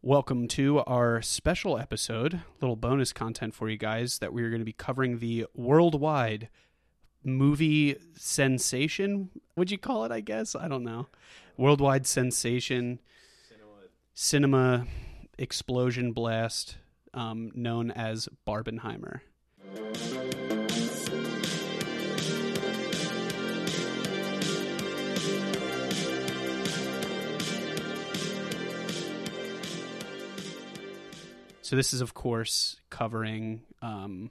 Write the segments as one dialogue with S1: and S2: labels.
S1: Welcome to our special episode, little bonus content for you guys that we're going to be covering the worldwide movie sensation. Would you call it? I guess I don't know. Worldwide sensation, cinema, explosion blast, um, known as Barbenheimer. So this is, of course, covering um,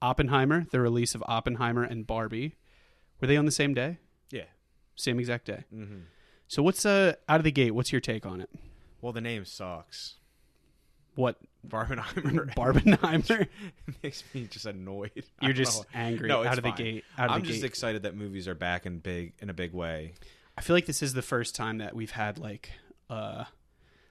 S1: Oppenheimer, the release of Oppenheimer and Barbie. Were they on the same day?
S2: Yeah.
S1: Same exact day.
S2: Mm-hmm.
S1: So what's uh out of the gate? What's your take on it?
S2: Well, the name sucks.
S1: What
S2: Barbenheimer
S1: Barbenheimer?
S2: makes me just annoyed. I
S1: You're
S2: don't
S1: just
S2: know.
S1: angry
S2: No, it's
S1: out of the
S2: fine.
S1: gate. Out of
S2: I'm
S1: the
S2: just
S1: gate.
S2: excited that movies are back in big in a big way.
S1: I feel like this is the first time that we've had like uh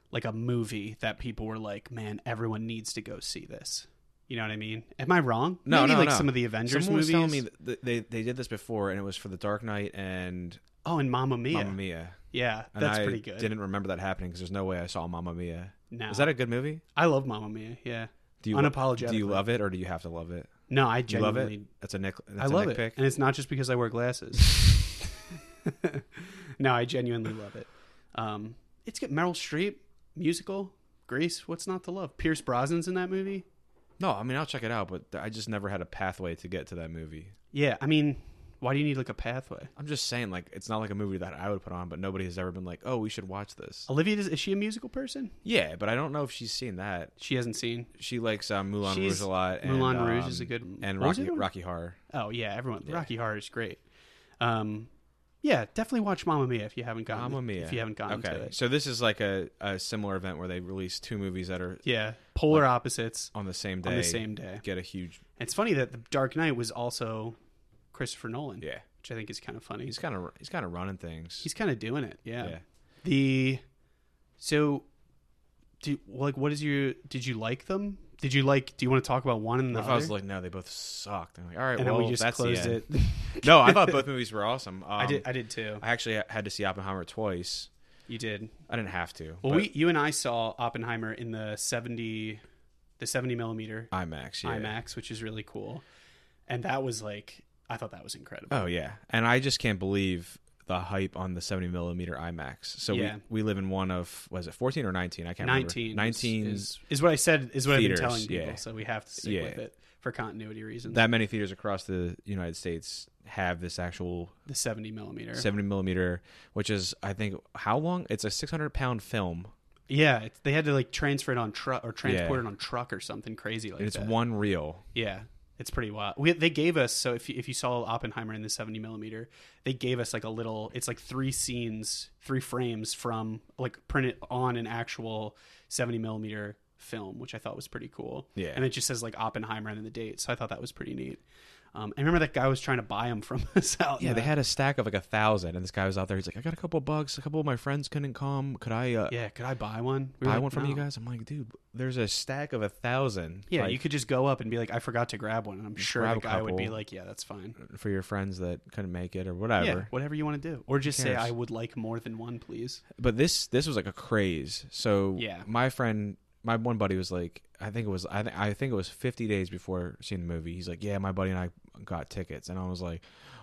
S1: like a movie that people were like, man, everyone needs to go see this. You know what I mean? Am I wrong?
S2: No,
S1: Maybe
S2: no,
S1: like
S2: no.
S1: some of the Avengers
S2: Someone was
S1: movies.
S2: telling me that they they did this before, and it was for The Dark Knight and
S1: oh, and Mamma Mia.
S2: Mamma Mia.
S1: Yeah,
S2: And
S1: that's
S2: I
S1: pretty good.
S2: Didn't remember that happening because there's no way I saw Mamma Mia.
S1: No.
S2: Is that a good movie?
S1: I love Mamma Mia. Yeah.
S2: Do you Do
S1: Unapologetically.
S2: you love it or do you have to love it?
S1: No, I
S2: Do you love
S1: genuinely
S2: it? That's a nick. That's
S1: I love
S2: a
S1: it,
S2: nick pick.
S1: and it's not just because I wear glasses. no, I genuinely love it. Um, it's got Meryl Streep musical, Grease. What's not to love? Pierce Brosnan's in that movie.
S2: No, I mean I'll check it out, but I just never had a pathway to get to that movie.
S1: Yeah, I mean, why do you need like a pathway?
S2: I'm just saying, like, it's not like a movie that I would put on, but nobody has ever been like, oh, we should watch this.
S1: Olivia is, is she a musical person?
S2: Yeah, but I don't know if she's seen that.
S1: She hasn't seen.
S2: She likes um, Moulin
S1: She's-
S2: Rouge a lot. And,
S1: Moulin Rouge is
S2: um,
S1: a good-
S2: and
S1: what was
S2: Rocky
S1: the other one?
S2: Rocky Horror.
S1: Oh yeah, everyone.
S2: Yeah.
S1: Rocky Horror is great. Um, yeah, definitely watch Mamma Mia if you haven't gotten
S2: Mamma Mia.
S1: If you haven't gotten
S2: okay,
S1: to it,
S2: so this is like a, a similar event where they release two movies that are
S1: yeah, polar opposites
S2: on the same day.
S1: on the same day.
S2: Get a huge
S1: It's funny that the Dark Knight was also Christopher Nolan,
S2: yeah.
S1: which I think is kind of funny.
S2: He's kind of he's kind of running things.
S1: He's kind of doing it. Yeah.
S2: yeah.
S1: The so do like what is your did you like them? Did you like do you want to talk about one and the
S2: What if
S1: other?
S2: I was like, no, they both sucked. I'm like, all right,
S1: and
S2: well,
S1: then we just
S2: that's
S1: closed
S2: the end.
S1: it.
S2: no, I thought both movies were awesome. Um,
S1: I did I did too.
S2: I actually had to see Oppenheimer twice.
S1: You did.
S2: I didn't have to.
S1: Well
S2: but
S1: we you and I saw Oppenheimer in the 70 the 70 millimeter
S2: IMAX, yeah.
S1: IMAX, which is really cool. And that was like I thought that was incredible.
S2: Oh yeah, and I just can't believe the hype on the 70 millimeter IMAX. So
S1: Yeah.
S2: we we live in one of was it 14 or 19? I can't remember.
S1: 19
S2: 19
S1: is, is what I said is what
S2: theaters,
S1: I've been telling people,
S2: yeah.
S1: so we have to stick
S2: Yeah.
S1: with it for continuity reasons.
S2: that many theaters across the United States have this actual
S1: the 70 millimeter.
S2: 70 millimeter, which is I think how long? It's a 600 pound film.
S1: Yeah, it, they had to like transfer it on truck or transport
S2: Yeah.
S1: it on truck or something crazy like
S2: And it's
S1: that.
S2: one reel.
S1: yeah, it's pretty wild. We, they gave us so if you, if you saw Oppenheimer in the seventy millimeter, they gave us like a little. It's like three scenes, three frames from like printed on an actual seventy millimeter film, which I thought was pretty cool.
S2: Yeah.
S1: and it just says like Oppenheimer and then the date, so I thought that was pretty neat. Um, I remember that guy was trying to buy them from us out. in
S2: Yeah, they
S1: the-
S2: had a stack of like a thousand, and this guy was out there. He's like, "I got a couple bucks. A couple of my friends couldn't come. Could I uh,
S1: Yeah, could I buy one? We were
S2: buy
S1: like,
S2: one from you
S1: "No."
S2: guys?" I'm like, "Dude, there's a stack of a thousand.
S1: Yeah,
S2: like,
S1: you could just go up and be like, I forgot to grab one, and I'm sure
S2: grab
S1: the
S2: a
S1: guy would be
S2: couple.
S1: like, Yeah, that's fine.
S2: for your friends that couldn't make it or whatever."
S1: Yeah, whatever you want to do. Or just say
S2: cares?
S1: I would like more than one, please.
S2: but this this was like a craze. So
S1: Yeah.
S2: my friend, my one buddy was like, I think it was I, th- I think it was 50 days before seeing the movie. He's like, yeah, my buddy and I got tickets, and I was like,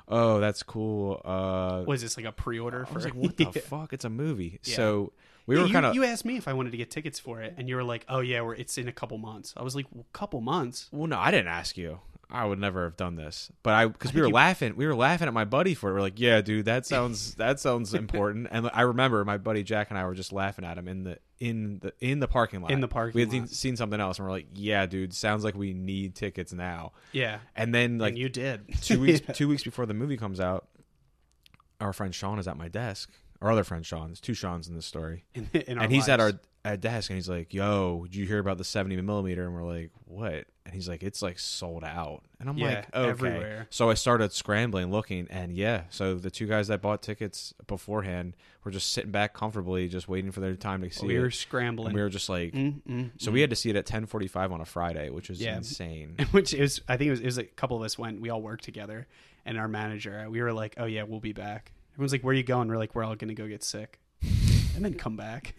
S2: oh, that's cool. Uh,
S1: Was this like a pre-order
S2: I
S1: for
S2: was like, what the
S1: Yeah.
S2: fuck? It's a movie.
S1: Yeah.
S2: So we
S1: Yeah,
S2: were
S1: you-
S2: kind of
S1: you, asked me if I wanted to get tickets for it, and you were like, "Oh yeah, we're, it's in a couple months." I was like, well, "Couple months?
S2: well, no, I didn't ask you. I would never have done this, but I because we
S1: think
S2: were
S1: you-
S2: laughing, we were laughing at my buddy for it. We're like, "Yeah, dude, that sounds that sounds important." And I remember my buddy Jack and I were just laughing at him in the in the in the parking lot.
S1: In the parking
S2: we had
S1: lot.
S2: Seen, seen something else, and we're like, "Yeah, dude, sounds like we need tickets now."
S1: Yeah."
S2: And then like
S1: and you did
S2: two weeks
S1: Yeah.
S2: two weeks before the movie comes out, our friend Sean is at my desk. Our other friend Sean, there's two Sean's in this story
S1: in, in our
S2: and he's at our
S1: lives.
S2: at desk and he's like, "Yo, did you hear about the 70 millimeter?" And we're like, "What?" And he's like, "It's like sold out." And I'm
S1: Yeah,
S2: like, "Okay."
S1: everywhere.
S2: So I started scrambling, looking, and yeah. So the two guys that bought tickets beforehand were just sitting back comfortably, just waiting for their time to see
S1: we were
S2: it.
S1: scrambling.
S2: And we were just like,
S1: Mm, mm,
S2: so we had to see it at 10:45 on a Friday, which was
S1: Yeah.
S2: insane.
S1: which is I think it was, it was a couple of us went. We all worked together, and our manager. We were like, "Oh yeah, we'll be back." Everyone's like, "Where are you going?" We're like, "We're all gonna go get sick, and then come back."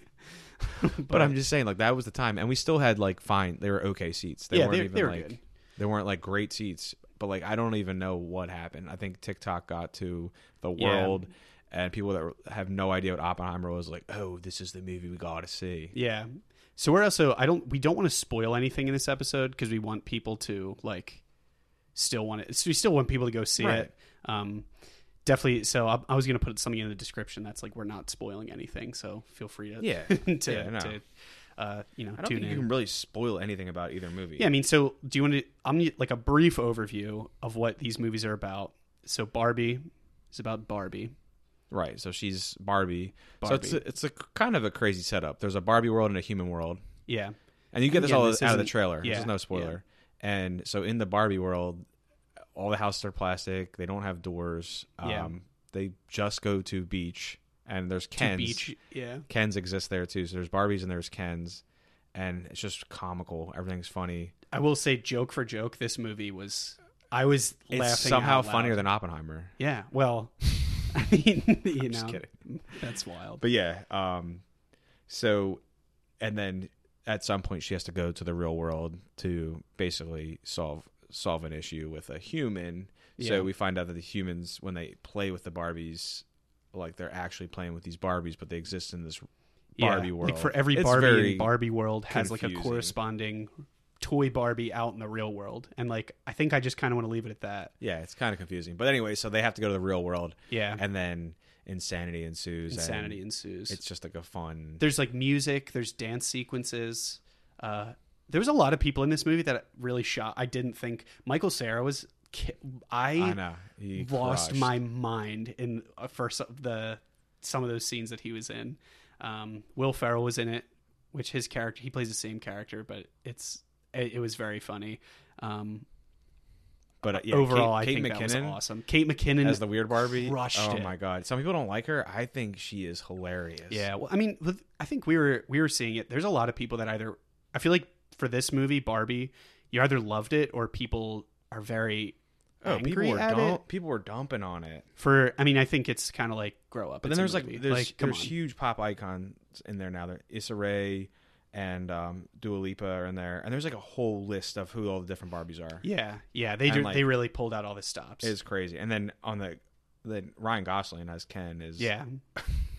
S2: but, I'm just saying, like that was the time, and we still had like fine. They were okay seats. They
S1: yeah,
S2: weren't
S1: they,
S2: even
S1: they were
S2: like
S1: good.
S2: they weren't like great seats. But like I don't even know what happened. I think TikTok got to the
S1: Yeah.
S2: world, and people that were- have no idea what Oppenheimer was like. Oh, this is the movie we gotta see.
S1: Yeah. So we're also I don't we don't want to spoil anything in this episode because we want people to like still want it. So we still want people to go see
S2: Right.
S1: it. Um, definitely. So I, I was gonna put something in the description that's like we're not spoiling anything. So feel free to
S2: Yeah.
S1: to,
S2: Yeah, no.
S1: to uh, you know
S2: I don't
S1: tune
S2: think
S1: in.
S2: you can really spoil anything about either movie.
S1: Yeah, I mean, so do you want to? I'm gonna- like a brief overview of what these movies are about. So Barbie is about Barbie.
S2: Right. So she's Barbie. So
S1: Barbie.
S2: it's a, it's a kind of a crazy setup. There's a Barbie world and a human world.
S1: Yeah,
S2: And you get this
S1: Again,
S2: all
S1: this
S2: out of the
S1: isn't-
S2: trailer.
S1: yeah,
S2: There's no spoiler. And so in the Barbie world, all the houses are plastic. They don't have doors. Um,
S1: Yeah.
S2: They just go to beach. And there's Ken's.
S1: beach. Yeah,
S2: Ken's exist there too. So there's Barbies and there's Ken's. And it's just comical. Everything's funny.
S1: I will say, joke for joke, this movie was. I was laughing
S2: it's somehow
S1: out loud.
S2: funnier than Oppenheimer.
S1: Yeah. Well, I mean, you know,
S2: Just kidding.
S1: that's wild.
S2: But yeah, um, so and then at some point she has to go to the real world to basically solve solve an issue with a human.
S1: Yeah.
S2: So we find out that the humans when they play with the Barbies, like they're actually playing with these Barbies, but they exist in this Barbie
S1: yeah.
S2: world.
S1: Like for every
S2: It's
S1: Barbie,
S2: very
S1: in Barbie world has like a
S2: confusing.
S1: corresponding toy Barbie out in the real world, and like I think I just kind of want to leave it at that.
S2: yeah, it's kind of confusing. But anyway, so they have to go to the real world,
S1: Yeah.
S2: and then insanity ensues. and
S1: Insanity ensues.
S2: it's just like a fun.
S1: there's like music there's dance sequences uh there was a lot of people in this movie that really shot i didn't think michael sarah was ki-
S2: I
S1: i,
S2: know. He
S1: lost
S2: crushed.
S1: my mind in uh, for some, the some of those scenes that he was in um will ferrell was in it which his character he plays the same character but it's it, it was very funny um
S2: But uh, yeah,
S1: overall
S2: Kate,
S1: i
S2: Kate
S1: think that was
S2: McKinnon,
S1: awesome kate mckinnon
S2: as the weird Barbie.
S1: crushed
S2: oh
S1: it.
S2: my god! Some people don't like her. I think she is hilarious.
S1: Yeah, well, I mean, with- I think we were we were seeing it. There's a lot of people that either I feel like for this movie Barbie, you either loved it or people are very
S2: Oh, people
S1: angry
S2: were
S1: at
S2: dump-
S1: it.
S2: people were dumping on it.
S1: For I mean, I think it's kind of like grow up.
S2: But
S1: It's
S2: then
S1: a
S2: there's
S1: movie.
S2: like there's
S1: come
S2: there's
S1: on.
S2: huge pop icons in there now. There Issa Rae and um, Dua Lipa are in there, and there's like a whole list of who all the different Barbies are.
S1: yeah, yeah. They
S2: and,
S1: do,
S2: like-
S1: they really pulled out all the stops.
S2: It's crazy. And then on the then Ryan Gosling as Ken is
S1: yeah,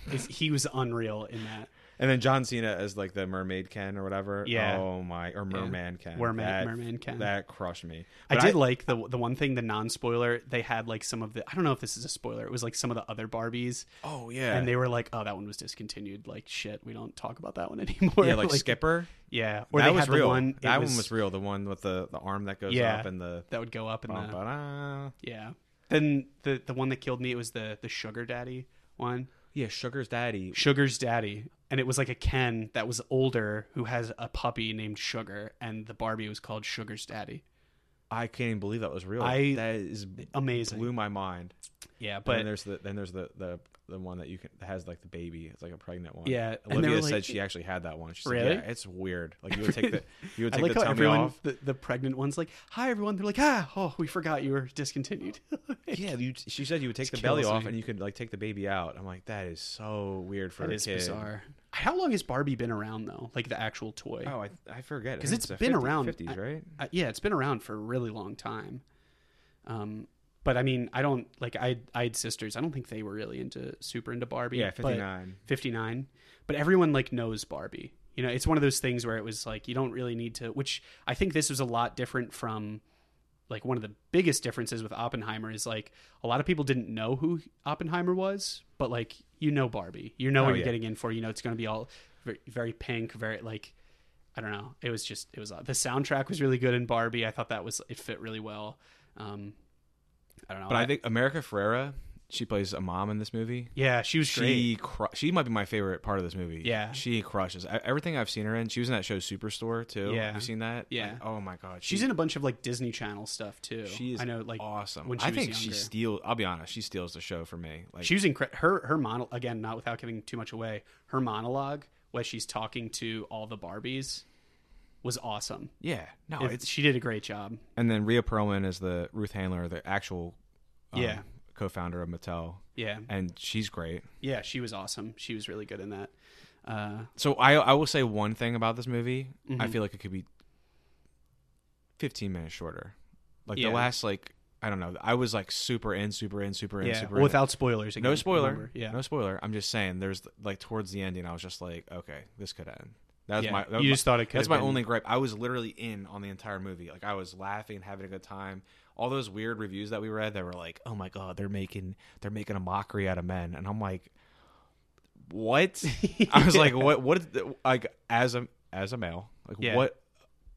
S1: It's- he was unreal in that.
S2: and then John Cena as like the mermaid Ken or whatever.
S1: Yeah.
S2: Oh my, or merman Ken.
S1: Merman-
S2: that,
S1: Merman Ken.
S2: That crushed me.
S1: I
S2: But
S1: did like the the one thing the non spoiler they had like some of the I don't know if this is a spoiler. It was like some of the other Barbies.
S2: oh yeah,
S1: And they were like, "Oh, that one was discontinued. Like, shit, we don't talk about that one anymore."
S2: yeah like, Skipper.
S1: Yeah, or
S2: that
S1: they
S2: was
S1: had
S2: real.
S1: the one it
S2: that one was real. The one with the, the arm that goes
S1: Yeah.
S2: up and the
S1: that would go up and the,
S2: ba-da.
S1: yeah. Then the the one that killed me it was the the sugar daddy one,
S2: yeah, Sugar's daddy.
S1: sugar's daddy, and it was like a Ken that was older who has a puppy named Sugar, and the Barbie was called Sugar's daddy.
S2: I can't even believe that was real.
S1: I-
S2: that is
S1: Amazing,
S2: blew my mind.
S1: yeah.
S2: But
S1: But
S2: then there's the then there's the the the one that you can that has like the baby. It's like a pregnant one.
S1: Yeah, and they
S2: Olivia
S1: were
S2: said
S1: like-
S2: she actually had that one. She's
S1: Really?
S2: Like, yeah, it's weird. Like you would take the you would
S1: I
S2: take
S1: like
S2: the
S1: how
S2: tummy
S1: everyone
S2: off.
S1: the, the pregnant one's like, "Hi everyone," they're like, "Ah, oh, we forgot you were discontinued."
S2: Yeah, you, she said you would take the
S1: Just
S2: belly
S1: kills
S2: off
S1: me.
S2: and you could like take the baby out. I'm like, that is so weird for
S1: that
S2: a
S1: is
S2: kid.
S1: bizarre. How long has Barbie been around though? Like the actual toy?
S2: Oh, I, I forget
S1: 'Cause
S2: it's
S1: it's been around-
S2: fifties,
S1: I-
S2: right?
S1: uh, yeah, it's been around for a really long time. Um, but I mean, I don't like I I had sisters. I don't think they were really into super into Barbie.
S2: Yeah,
S1: but-
S2: fifty nine.
S1: 59. But everyone like knows Barbie. You know, it's one of those things where it was like you don't really need to. Which I think this was a lot different from like one of the biggest differences with Oppenheimer is like a lot of people didn't know who Oppenheimer was, but like you know Barbie, you know
S2: Oh,
S1: what you're
S2: yeah.
S1: getting in for. You know it's going to be all very, very pink, very like I don't know. It was just it was the soundtrack was really good in Barbie. I thought that was it fit really well. Um, I don't know,
S2: But I think America Ferrera, she plays a mom in this movie.
S1: yeah, she was great.
S2: She cru- she might be my favorite part of this movie.
S1: Yeah.
S2: she crushes E- everything I've seen her in. She was in that show Superstore too.
S1: Yeah.
S2: have you seen that?
S1: Yeah.
S2: Like, oh my god,
S1: She's in a bunch of like Disney Channel stuff too.
S2: She is
S1: I know, like
S2: awesome.
S1: when she
S2: I
S1: was
S2: think she
S1: younger.
S2: steals. I'll be honest, she steals the show for me. Like
S1: she was incredible. Her her monologue again, not without giving too much away. Her monologue where she's talking to all the Barbies was awesome.
S2: yeah, no,
S1: It-
S2: Oh, it's
S1: she did a great job.
S2: and then Rhea Perlman is the Ruth Handler, the actual um,
S1: Yeah.
S2: co-founder of Mattel,
S1: Yeah,
S2: and she's great.
S1: yeah, she was awesome. She was really good in that. Uh,
S2: So I I will say one thing about this movie. I
S1: Mhm.
S2: feel like it could be 15 minutes shorter. Like
S1: Yeah.
S2: the last like I don't know. I was like super in, super in, super in,
S1: yeah,
S2: super
S1: well,
S2: in.
S1: without spoilers. Again,
S2: no spoiler.
S1: remember. Yeah,
S2: No spoiler. I'm just saying there's like towards the ending I was just like, okay, this could end. That was
S1: yeah.
S2: my that was
S1: you
S2: my-
S1: just thought it could.
S2: that's
S1: have
S2: my
S1: been-
S2: only gripe. I was literally in on the entire movie. Like I was laughing, having a good time. All those weird reviews that we read that were like, "Oh my god, they're making they're making a mockery out of men," and I'm like, "What?" I was like, "What? What? is the- Like as a as a male, like
S1: Yeah.
S2: what?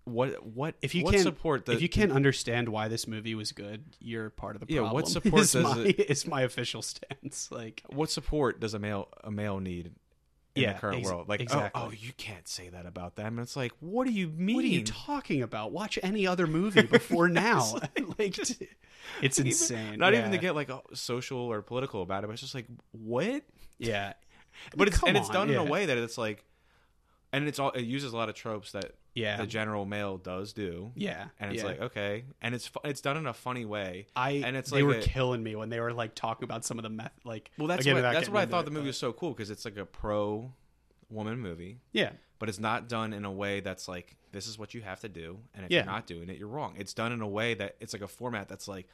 S2: What? What?
S1: If you
S2: what
S1: can't-
S2: support the
S1: if you can't understand why this movie was good, you're part of the
S2: Yeah,
S1: problem.
S2: what support
S1: is
S2: does
S1: my,
S2: it-
S1: is my official stance. Like,
S2: what support does a male a male need?" In
S1: Yeah,
S2: the current
S1: ex-
S2: world, like
S1: exactly.
S2: oh, oh, you can't say that about them. And it's like, what do you mean?
S1: what are you talking about? Watch any other movie before now. like, d- it's
S2: Even-
S1: insane.
S2: Not even to
S1: Yeah.
S2: get like social or political about it, but it's just like, what?
S1: Yeah,
S2: but it's
S1: Come
S2: and it's
S1: on,
S2: done in a
S1: yeah.
S2: way that it's like, and it's all it uses a lot of tropes that
S1: yeah,
S2: the general male does do,
S1: yeah.
S2: and it's
S1: yeah.
S2: like okay, and it's fu- it's done in a funny way.
S1: I
S2: and it's
S1: they
S2: like
S1: were
S2: a-
S1: killing me when they were like talking about some of the meth. Like,
S2: Well, that's
S1: again,
S2: what
S1: without
S2: that's
S1: getting
S2: what I
S1: into
S2: thought
S1: it,
S2: the movie
S1: but-
S2: was so cool because it's like a pro woman movie,
S1: Yeah,
S2: but it's not done in a way that's like this is what you have to do, and if
S1: Yeah.
S2: you're not doing it, you're wrong. It's done in a way that it's like a format that's like.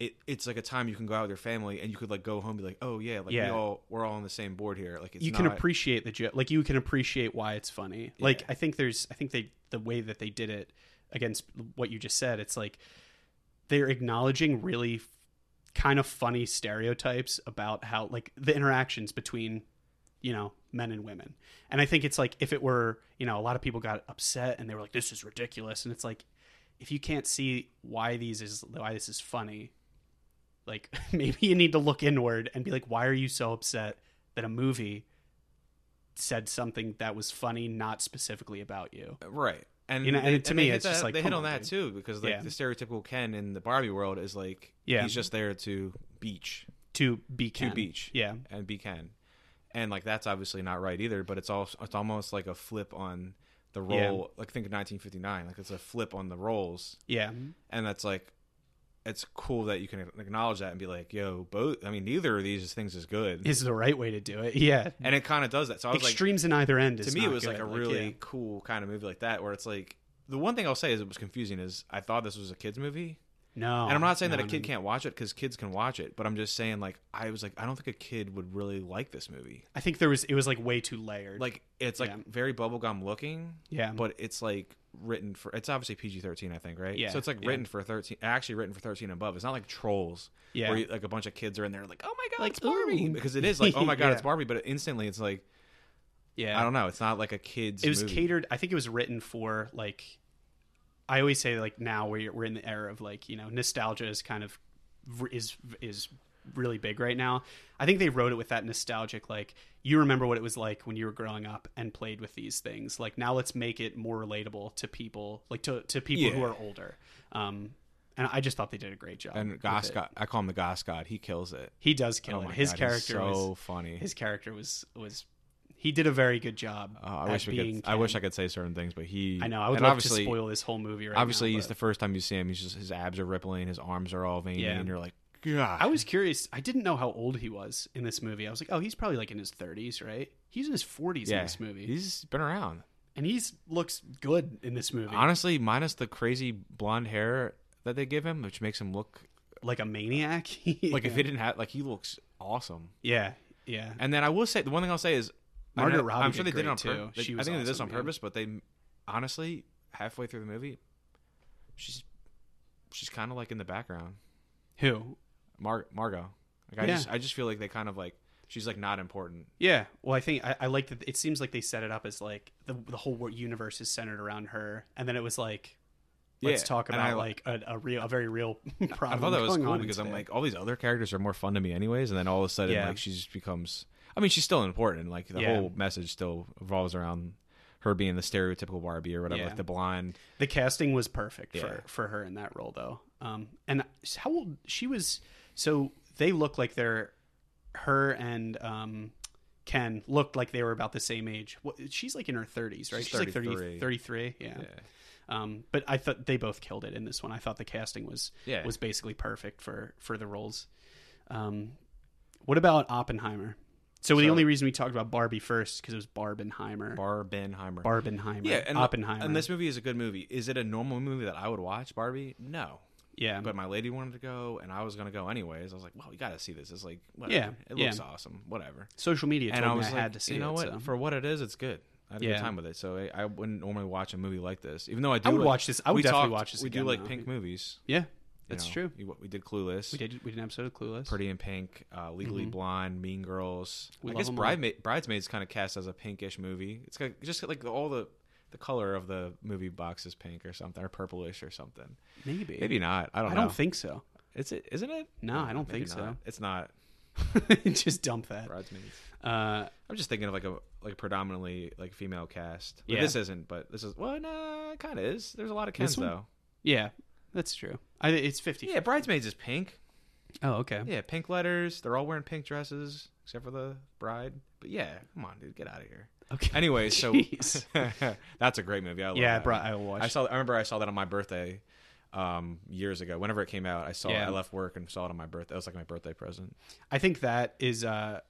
S2: It, it's like a time you can go out with your family and you could like go home and be like oh yeah like we
S1: Yeah.
S2: all we're all on the same board here like it's
S1: you can
S2: not-
S1: appreciate the joke like you can appreciate why it's funny like
S2: Yeah.
S1: i think there's i think they the way that they did it against what you just said it's like they're acknowledging really f- kind of funny stereotypes about how like the interactions between you know men and women and i think it's like if it were you know a lot of people got upset and they were like this is ridiculous and it's like if you can't see why these is why this is funny like maybe you need to look inward and be like why are you so upset that a movie said something that was funny not specifically about you
S2: right and
S1: You know, and
S2: they-
S1: to
S2: they
S1: me,
S2: hit
S1: it's just
S2: that-
S1: like,
S2: they
S1: come
S2: hit on
S1: on,
S2: that
S1: dude.
S2: too because like
S1: Yeah.
S2: the stereotypical ken in the barbie world is like
S1: Yeah.
S2: he's just there to beach
S1: to be
S2: to
S1: Ken.
S2: beach
S1: yeah
S2: and be ken and like that's obviously not right either but it's all it's almost like a flip on the
S1: Yeah.
S2: role like think of 1959 like it's a flip on the roles
S1: yeah
S2: and that's like it's cool that you can acknowledge that and be like yo both i mean neither of these things is good
S1: is the right way to do it yeah
S2: and it kind of does that so i was like
S1: extremes in either end is
S2: to me
S1: not
S2: it was like
S1: good.
S2: a really
S1: yeah.
S2: cool kind of movie like that where it's like the one thing i'll say is it was confusing is i thought this was a kids movie
S1: no
S2: and i'm not saying
S1: no,
S2: that a
S1: no,
S2: kid
S1: no.
S2: can't watch it because kids can watch it but i'm just saying like i was like i don't think a kid would really like this movie
S1: i think there was it was like way too layered
S2: like it's like
S1: Yeah.
S2: very bubblegum looking
S1: yeah
S2: but it's like written for it's obviously pg-13 i think right
S1: Yeah,
S2: so it's like
S1: yeah.
S2: written for 13 actually written for 13 and above it's not like trolls
S1: yeah
S2: where you, like a bunch of kids are in there like oh my god
S1: Like,
S2: it's barbie
S1: ooh.
S2: because it is like oh my god
S1: Yeah.
S2: it's barbie but instantly it's like
S1: yeah
S2: i don't know it's not like a kids
S1: it was
S2: movie.
S1: catered i think it was written for like i always say like now we're, we're in the era of like you know nostalgia is kind of is is really big right now i think they wrote it with that nostalgic like you remember what it was like when you were growing up and played with these things like now let's make it more relatable to people like to, to people who
S2: Yeah.
S1: are older um and i just thought they did a great job
S2: and
S1: with
S2: Goss
S1: it.
S2: God, I call him the Goss God. He kills it.
S1: he does kill
S2: Oh
S1: it
S2: my
S1: his
S2: God, he's
S1: character
S2: so
S1: was
S2: funny.
S1: his character was was he did a very good job
S2: Uh, I
S1: at
S2: wish we
S1: being
S2: could. I wish
S1: Ken.
S2: I could say certain things, but he.
S1: I know. I would
S2: and
S1: love to
S2: obviously,
S1: spoil this whole movie right
S2: obviously,
S1: now.
S2: he's the
S1: but-
S2: first time you see him. He's just his abs are rippling, his arms are all veiny,
S1: Yeah.
S2: and you're like, God.
S1: I was curious. I didn't know how old he was in this movie. I was like, oh, he's probably like in his 30s, right? He's in his 40s
S2: yeah,
S1: in this movie,
S2: He's been around.
S1: and he's looks good in this movie,
S2: Honestly, minus the crazy blonde hair that they give him, which makes him look
S1: like a maniac.
S2: like if
S1: Yeah.
S2: he didn't have like he looks awesome.
S1: yeah, yeah,
S2: And then I will say the one thing I'll say is I
S1: Margot
S2: know-
S1: Robbie
S2: I'm sure
S1: did
S2: they did it on
S1: great, too.
S2: purpose.
S1: She
S2: I
S1: was
S2: think they did this
S1: awesome,
S2: on
S1: yeah.
S2: purpose, but they honestly halfway through the movie, she's she's kind of like in the background.
S1: who?
S2: Mar- Margot. Like I
S1: Yeah.
S2: just I just feel like they kind of like she's like not important.
S1: Yeah. Well, I think I, I like that. It seems like they set it up as like the the whole wor- universe is centered around her, and then it was like. Let's
S2: Yeah,
S1: talk
S2: and
S1: about
S2: I-
S1: like a, a real, a very real
S2: I
S1: problem.
S2: thought that was
S1: going
S2: cool
S1: on
S2: because I'm
S1: today.
S2: like all these other characters are more fun to me anyways, and then all of a sudden
S1: Yeah.
S2: like she just becomes. I mean, she's still important. Like the
S1: Yeah.
S2: whole message still revolves around her being the stereotypical Barbie or whatever,
S1: Yeah.
S2: like the blonde.
S1: The casting was perfect
S2: Yeah.
S1: for, for her in that role, though. Um, and how old she was? So they look like they're her and um, Ken looked like they were about the same age. What, she's like in her thirties, right?
S2: She's
S1: like 30,
S2: 33.
S1: 33, Yeah. Um, but I thought they both killed it in this one. I thought the casting was
S2: Yeah.
S1: was basically perfect for for the roles. Um, what about Oppenheimer? So, the
S2: So-
S1: only reason we talked about Barbie first because it was Barbenheimer.
S2: Barbenheimer.
S1: Barbenheimer.
S2: yeah, and
S1: Oppenheimer.
S2: And this movie is a good movie. Is it a normal movie that I would watch, Barbie?
S1: Mm.
S2: No.
S1: yeah,
S2: But my lady wanted to go, and I was gonna go anyways. I was like, "Well, you gotta see this. It's like, whatever.
S1: Yeah,
S2: it
S1: yeah.
S2: looks awesome. Whatever."
S1: social media told
S2: and I
S1: me
S2: was
S1: I
S2: like,
S1: had to see
S2: "You know
S1: it.
S2: what?
S1: so.
S2: For what it is, it's good. I had a
S1: Yeah.
S2: good time with it. So I, I wouldn't normally watch a movie like this, even though I do.
S1: I would
S2: like-
S1: watch this. I would
S2: we
S1: definitely
S2: talked-
S1: watch this
S2: We
S1: again,
S2: do like
S1: though.
S2: pink movies.
S1: yeah,
S2: you
S1: that's
S2: know.
S1: true.
S2: You- We did Clueless.
S1: We did. We did an episode of Clueless.
S2: Pretty in Pink, uh, Legally Blonde, Mean Girls.
S1: We
S2: I
S1: love
S2: guess
S1: 'em all.
S2: Bridema- Bridesmaids kind of cast as a pinkish movie. It's got, just like all the the color of the movie box is pink or something, or purplish or something.
S1: Maybe.
S2: Maybe not. I
S1: I
S2: don't.
S1: don't,
S2: know.
S1: think so.
S2: it's it, isn't it?
S1: No, I don't
S2: maybe
S1: think
S2: not.
S1: so.
S2: It's not
S1: Just dump that.
S2: Bridesmaids.
S1: Uh,
S2: I'm just thinking of like a like a predominantly like female cast. But
S1: Yeah.
S2: This isn't, but this is well, nah, it kind of is. There's a lot of Kens
S1: This one?
S2: though.
S1: yeah, that's true. I, it's fifty.
S2: Yeah, bridesmaids is pink.
S1: Oh, okay.
S2: Yeah, pink letters. They're all wearing pink dresses except for the bride. But yeah, come on, dude, get out of here.
S1: Okay.
S2: Anyway, so
S1: Jeez.
S2: that's a great movie. I love
S1: yeah, I
S2: that.
S1: brought. I watched.
S2: I saw. I remember I saw that on my birthday um years ago. Whenever it came out, I saw.
S1: Yeah.
S2: I left work and saw it on my birthday. That was like my birthday present.
S1: I think that is uh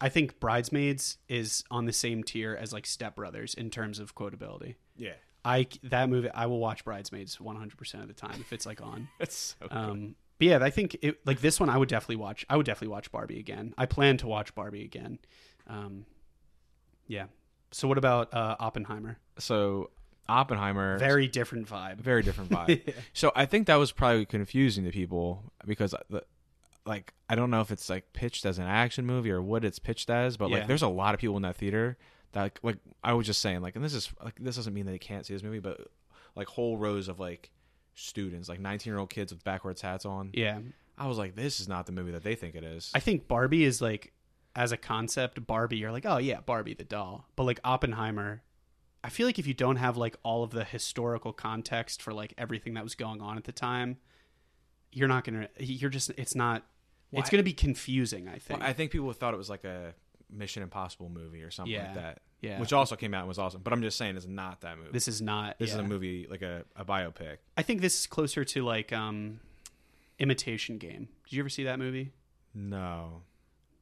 S1: I think Bridesmaids is on the same tier as like Step Brothers in terms of quotability.
S2: Yeah,
S1: I that movie I will watch Bridesmaids 100% of the time if it's like on.
S2: that's so.
S1: Um but yeah, I think it like this one I would definitely watch. I would definitely watch Barbie again. I plan to watch Barbie again. Um yeah. So what about uh Oppenheimer?
S2: so Oppenheimer.
S1: Very different vibe.
S2: very different vibe. So I think that was probably confusing to people because uh, the, like I don't know if it's like pitched as an action movie or what it's pitched as, but
S1: Yeah.
S2: like there's a lot of people in that theater that like, like I was just saying like and this is like this doesn't mean that they can't see this movie, but like whole rows of like students, like 19-year-old kids with backwards hats on.
S1: Yeah.
S2: I was like this is not the movie that they think it is.
S1: I think Barbie is like as a concept, Barbie, you're like, oh yeah, Barbie the doll. But like Oppenheimer, I feel like if you don't have like all of the historical context for like everything that was going on at the time, you're not gonna you're just it's not
S2: Well,
S1: it's
S2: I-
S1: gonna be confusing, I think.
S2: Well, I think people thought it was like a Mission Impossible movie or something
S1: Yeah.
S2: like that.
S1: Yeah.
S2: Which also came out and was awesome, but I'm just saying it's not that movie. This,
S1: this is not
S2: is
S1: yeah.
S2: a movie like a, a biopic.
S1: I think this is closer to like um imitation game. Did you ever see that movie?
S2: No.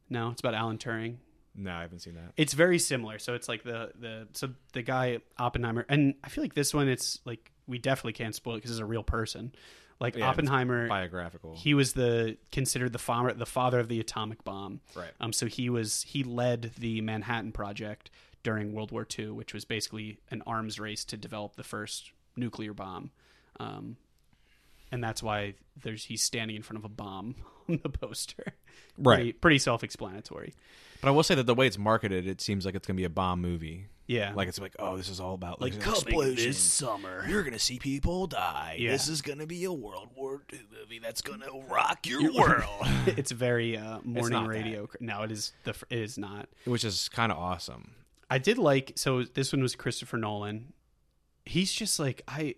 S1: No, it's about Alan Turing.
S2: No, I haven't seen that.
S1: it's very similar so it's like the the so the guy oppenheimer and i feel like this one it's like we definitely can't spoil it because it's a real person like
S2: Yeah, it's
S1: oppenheimer
S2: Biographical.
S1: he was the considered the father the father of the atomic bomb
S2: right.
S1: um so he was he led the manhattan project during world war ii which was basically an arms race to develop the first nuclear bomb um and that's why there's he's standing in front of a bomb on the poster pretty, pretty self-explanatory
S2: But I will say that the way it's marketed, it seems like it's going to be a bomb movie.
S1: yeah
S2: Like it's like, oh, this is all about like,
S3: coming this
S1: summer
S3: You're gonna see people die.
S1: Yeah.
S3: This is gonna be a World War II movie that's gonna rock your world.
S1: it's very uh, morning
S2: not
S1: radio. cr No, it is the fr- it is not.
S2: which is kind of awesome.
S1: I did like so this one was Christopher Nolan. He's just like I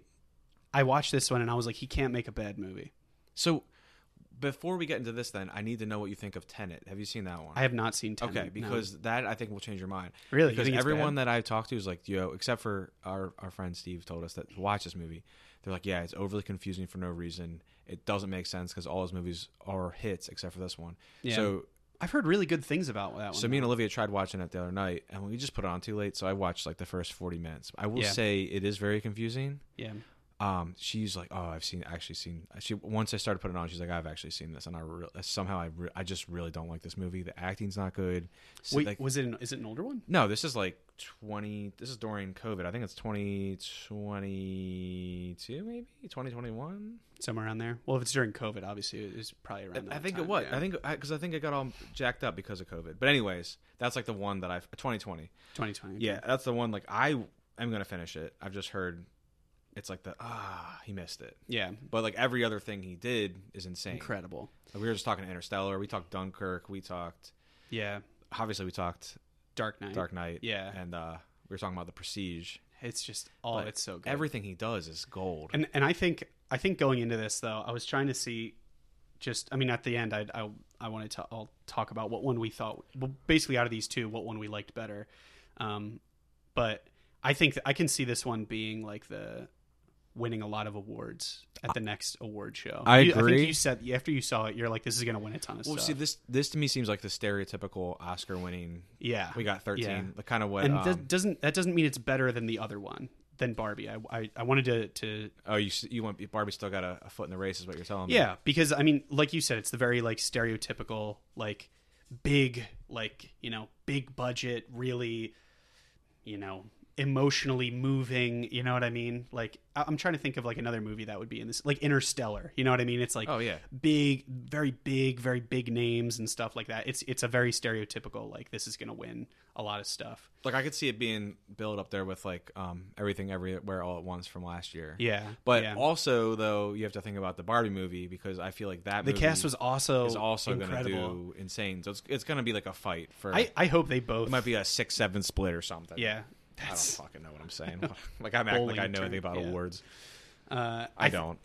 S1: I watched this one and I was like he can't make a bad movie.
S2: So before we get into this, then I need to know what you think of Tenet. Have you seen that one?
S1: I have not seen Tenet.
S2: okay,
S1: no.
S2: because that I think will change your mind.
S1: Really? You
S2: Because
S1: think it's
S2: everyone that I've talked to is like, yo, except for our our friend Steve told us that to watch this movie. They're like, yeah, it's overly confusing for no reason. It doesn't make sense because all his movies are hits except for this one.
S1: Yeah.
S2: So
S1: I've heard really good things about that one.
S2: So me and Olivia tried watching it the other night, and we just put it on too late. So I watched like the first forty minutes. I will
S1: Yeah.
S2: say it is very confusing.
S1: yeah,
S2: Um, she's like, "Oh, I've seen, actually seen." She once I started putting it on, she's like, "I've actually seen this," and I re- somehow I, re- I just really don't like this movie. The acting's not good. So,
S1: wait,
S2: like-
S1: was it an, is it an older one?
S2: no, this is like twenty. This is during COVID. I think it's twenty twenty two, maybe twenty twenty one.
S1: Somewhere around there. Well, if it's during COVID, obviously it was probably around.
S2: I
S1: that
S2: think it
S1: time,
S2: was.
S1: yeah.
S2: I think because I think it got all jacked up because of COVID. But anyways, that's like the one that I've twenty twenty.
S1: 2020. okay.
S2: Yeah, that's the one. Like I am gonna finish it. I've just heard it's like the ah he missed it,
S1: yeah,
S2: but like every other thing he did is insane.
S1: incredible.
S2: Like, we were just talking Interstellar. We talked Dunkirk. We talked
S1: Yeah,
S2: obviously we talked
S1: Dark Knight.
S2: Dark Knight.
S1: Yeah.
S2: and uh, we were talking about the Prestige.
S1: It's just oh,
S2: But
S1: it's so good.
S2: Everything he does is gold.
S1: And and I think I think going into this though, I was trying to see just I mean at the end I I, I wanted to I'll talk about what one we thought well basically out of these two what one we liked better. Um but I think that I can see this one being like the winning a lot of awards at the next award show.
S2: I
S1: You- I
S2: agree.
S1: think you said after you saw it, you're like, this is gonna win a ton of
S2: Well,
S1: stuff.
S2: see, this this to me seems like the stereotypical Oscar-winning.
S1: yeah,
S2: We got thirteen.
S1: Yeah.
S2: The kind of what?
S1: and
S2: um,
S1: that doesn't that doesn't mean it's better than the other one than Barbie. I I, I wanted to to
S2: oh, you s- you want Barbie still got a, a foot in the race? Is what you're telling me?
S1: yeah because I mean like you said it's the very like stereotypical like big like you know big budget really you know emotionally moving you know what I mean like I- I'm trying to think of like another movie that would be in this like Interstellar you know what I mean it's like
S2: Oh yeah.
S1: big very big very big names and stuff like that it's it's a very stereotypical like this is gonna win a lot of stuff
S2: Like I could see it being billed up there with like um everything everywhere all at once from last year.
S1: yeah
S2: But
S1: yeah.
S2: also though, you have to think about the Barbie movie because I feel like that
S1: the
S2: movie
S1: cast was also
S2: is also going to
S1: incredible.
S2: do insane. So it's it's going to be like a fight for.
S1: I, I hope they both
S2: it might be a six seven split or something.
S1: yeah.
S2: I don't
S1: That's
S2: fucking know what I'm saying. like I'm acting like
S1: Bowling
S2: I know anything
S1: term,
S2: about
S1: yeah.
S2: awards.
S1: uh,
S2: I,
S1: th-
S2: don't.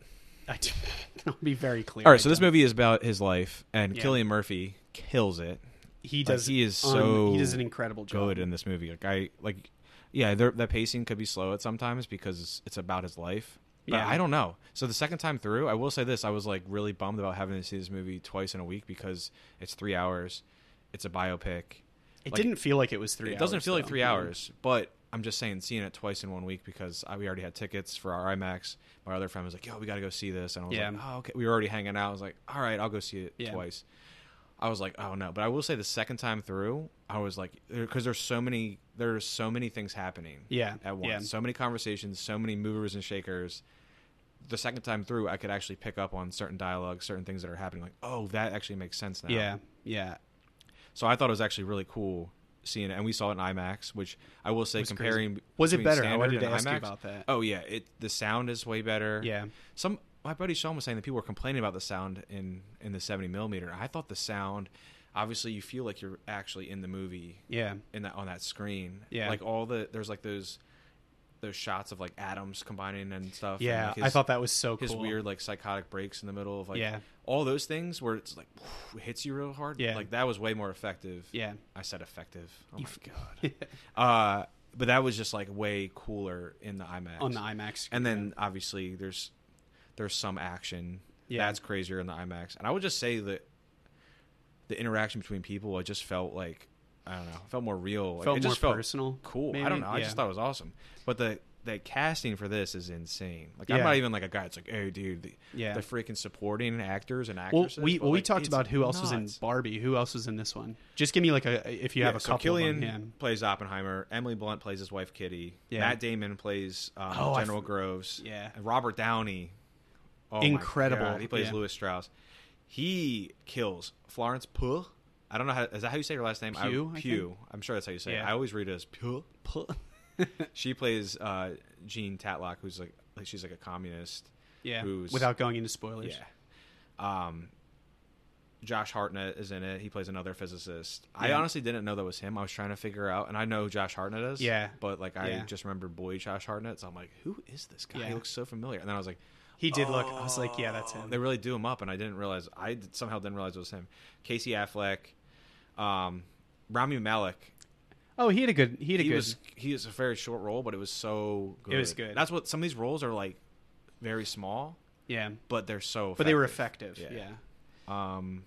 S1: I d- I'll be very clear.
S2: All
S1: I
S2: right, so this
S1: don't.
S2: movie is about his life, and
S1: Yeah.
S2: Killian Murphy kills it.
S1: he does
S2: he is
S1: un-
S2: so
S1: he does an incredible job.
S2: Good in this movie. Like I like, yeah, there- that pacing could be slow at sometimes because it's, it's about his life. But
S1: Yeah.
S2: I don't know. So the second time through, I will say this: I was like really bummed about having to see this movie twice in a week because it's three hours. It's a biopic.
S1: It
S2: like-
S1: didn't feel like it was three.
S2: it doesn't
S1: hours,
S2: feel like
S1: though.
S2: three hours, but I'm just saying seeing it twice in one week because I, we already had tickets for our IMAX. My other friend was like, "Yo, we got to go see this," and I was
S1: Yeah.
S2: like, "Oh, okay." We were already hanging out. I was like, "All right, I'll go see it
S1: Yeah.
S2: twice." I was like, "Oh no," but I will say the second time through, I was like, "Because there's so many, there's so many things happening
S1: Yeah,
S2: at once,
S1: yeah.
S2: so many conversations, so many movers and shakers." The second time through, I could actually pick up on certain dialogues, certain things that are happening. Like, oh, that actually makes sense now.
S1: Yeah, yeah.
S2: So I thought it was actually really cool seeing it, and we saw it in IMAX, which I will say
S1: was crazy.
S2: comparing
S1: Was it
S2: between
S1: better? I
S2: standard
S1: wanted
S2: and
S1: to ask you
S2: IMAX,
S1: about that.
S2: Oh yeah, it the sound is way better.
S1: Yeah.
S2: some my buddy Sean was saying that people were complaining about the sound in in the seventy millimeter. I thought the sound, obviously, you feel like you're actually in the movie
S1: Yeah,
S2: in that on that screen.
S1: Yeah.
S2: like all the there's like those those shots of like atoms combining and stuff. and,
S1: yeah.
S2: like,
S1: I
S2: his-
S1: thought that was so
S2: his
S1: cool.
S2: weird like psychotic breaks in the middle of like
S1: Yeah.
S2: all those things where it's like hits you real hard.
S1: Yeah.
S2: like that was way more effective.
S1: Yeah.
S2: I said effective. Oh my god. uh, but that was just like way cooler in the IMAX.
S1: on the IMAX.
S2: and then obviously there's there's some action
S1: Yeah.
S2: that's crazier in the IMAX. And I would just say that the interaction between people, it just felt like I don't know, it felt more real. Like,
S1: felt
S2: it
S1: more
S2: just felt
S1: personal.
S2: cool.
S1: maybe?
S2: I don't know. I
S1: Yeah.
S2: just thought it was awesome. But the the casting for this is insane. Like I'm
S1: Yeah.
S2: not even like a guy. It's like, oh, dude, the,
S1: Yeah.
S2: the freaking supporting actors and
S1: Well,
S2: actresses.
S1: we
S2: but,
S1: well, we
S2: like,
S1: talked
S2: it's
S1: about who else was in
S2: nuts.
S1: Barbie. Who else was in this one? Just give me like a if you have
S2: Yeah,
S1: a
S2: so
S1: couple.
S2: Killian
S1: of them.
S2: plays Oppenheimer. Emily Blunt plays his wife Kitty.
S1: Yeah.
S2: Matt Damon plays um,
S1: Oh, I
S2: General Groves.
S1: yeah.
S2: And Robert Downey. Oh my
S1: Incredible.
S2: God, He plays
S1: Yeah.
S2: Louis Strauss. He kills Florence Pugh. I don't know how is that how you say her last name?
S1: Pugh, I
S2: I, Pugh. I'm sure that's how you say it.
S1: Yeah.
S2: I always read it as Pugh.
S1: Yeah.
S2: She plays uh, Jean Tatlock, who's like, like she's like a communist.
S1: yeah.
S2: Who's-
S1: Without going into spoilers.
S2: Yeah. Um, Josh Hartnett is in it. He plays another physicist. I
S1: Yeah.
S2: honestly didn't know that was him. I was trying to figure out, and I know who Josh Hartnett is.
S1: Yeah.
S2: But like, I
S1: Yeah.
S2: just remember boy Josh Hartnett, so I'm like, who is this guy?
S1: Yeah.
S2: He looks so familiar. And then I was like, "Oh,
S1: He did look. I was like, yeah, that's him.
S2: they really do him up, and I didn't realize. I d- somehow didn't realize it was him. Casey Affleck, um, Rami Malek.
S1: Oh, he had a good. He had a
S2: He
S1: good.
S2: was he was a very short role, but it was so good.
S1: It was good.
S2: That's what some of these roles are like, very small,
S1: yeah,
S2: but they're so. Effective.
S1: but they were effective. Yeah.
S2: Yeah. Um,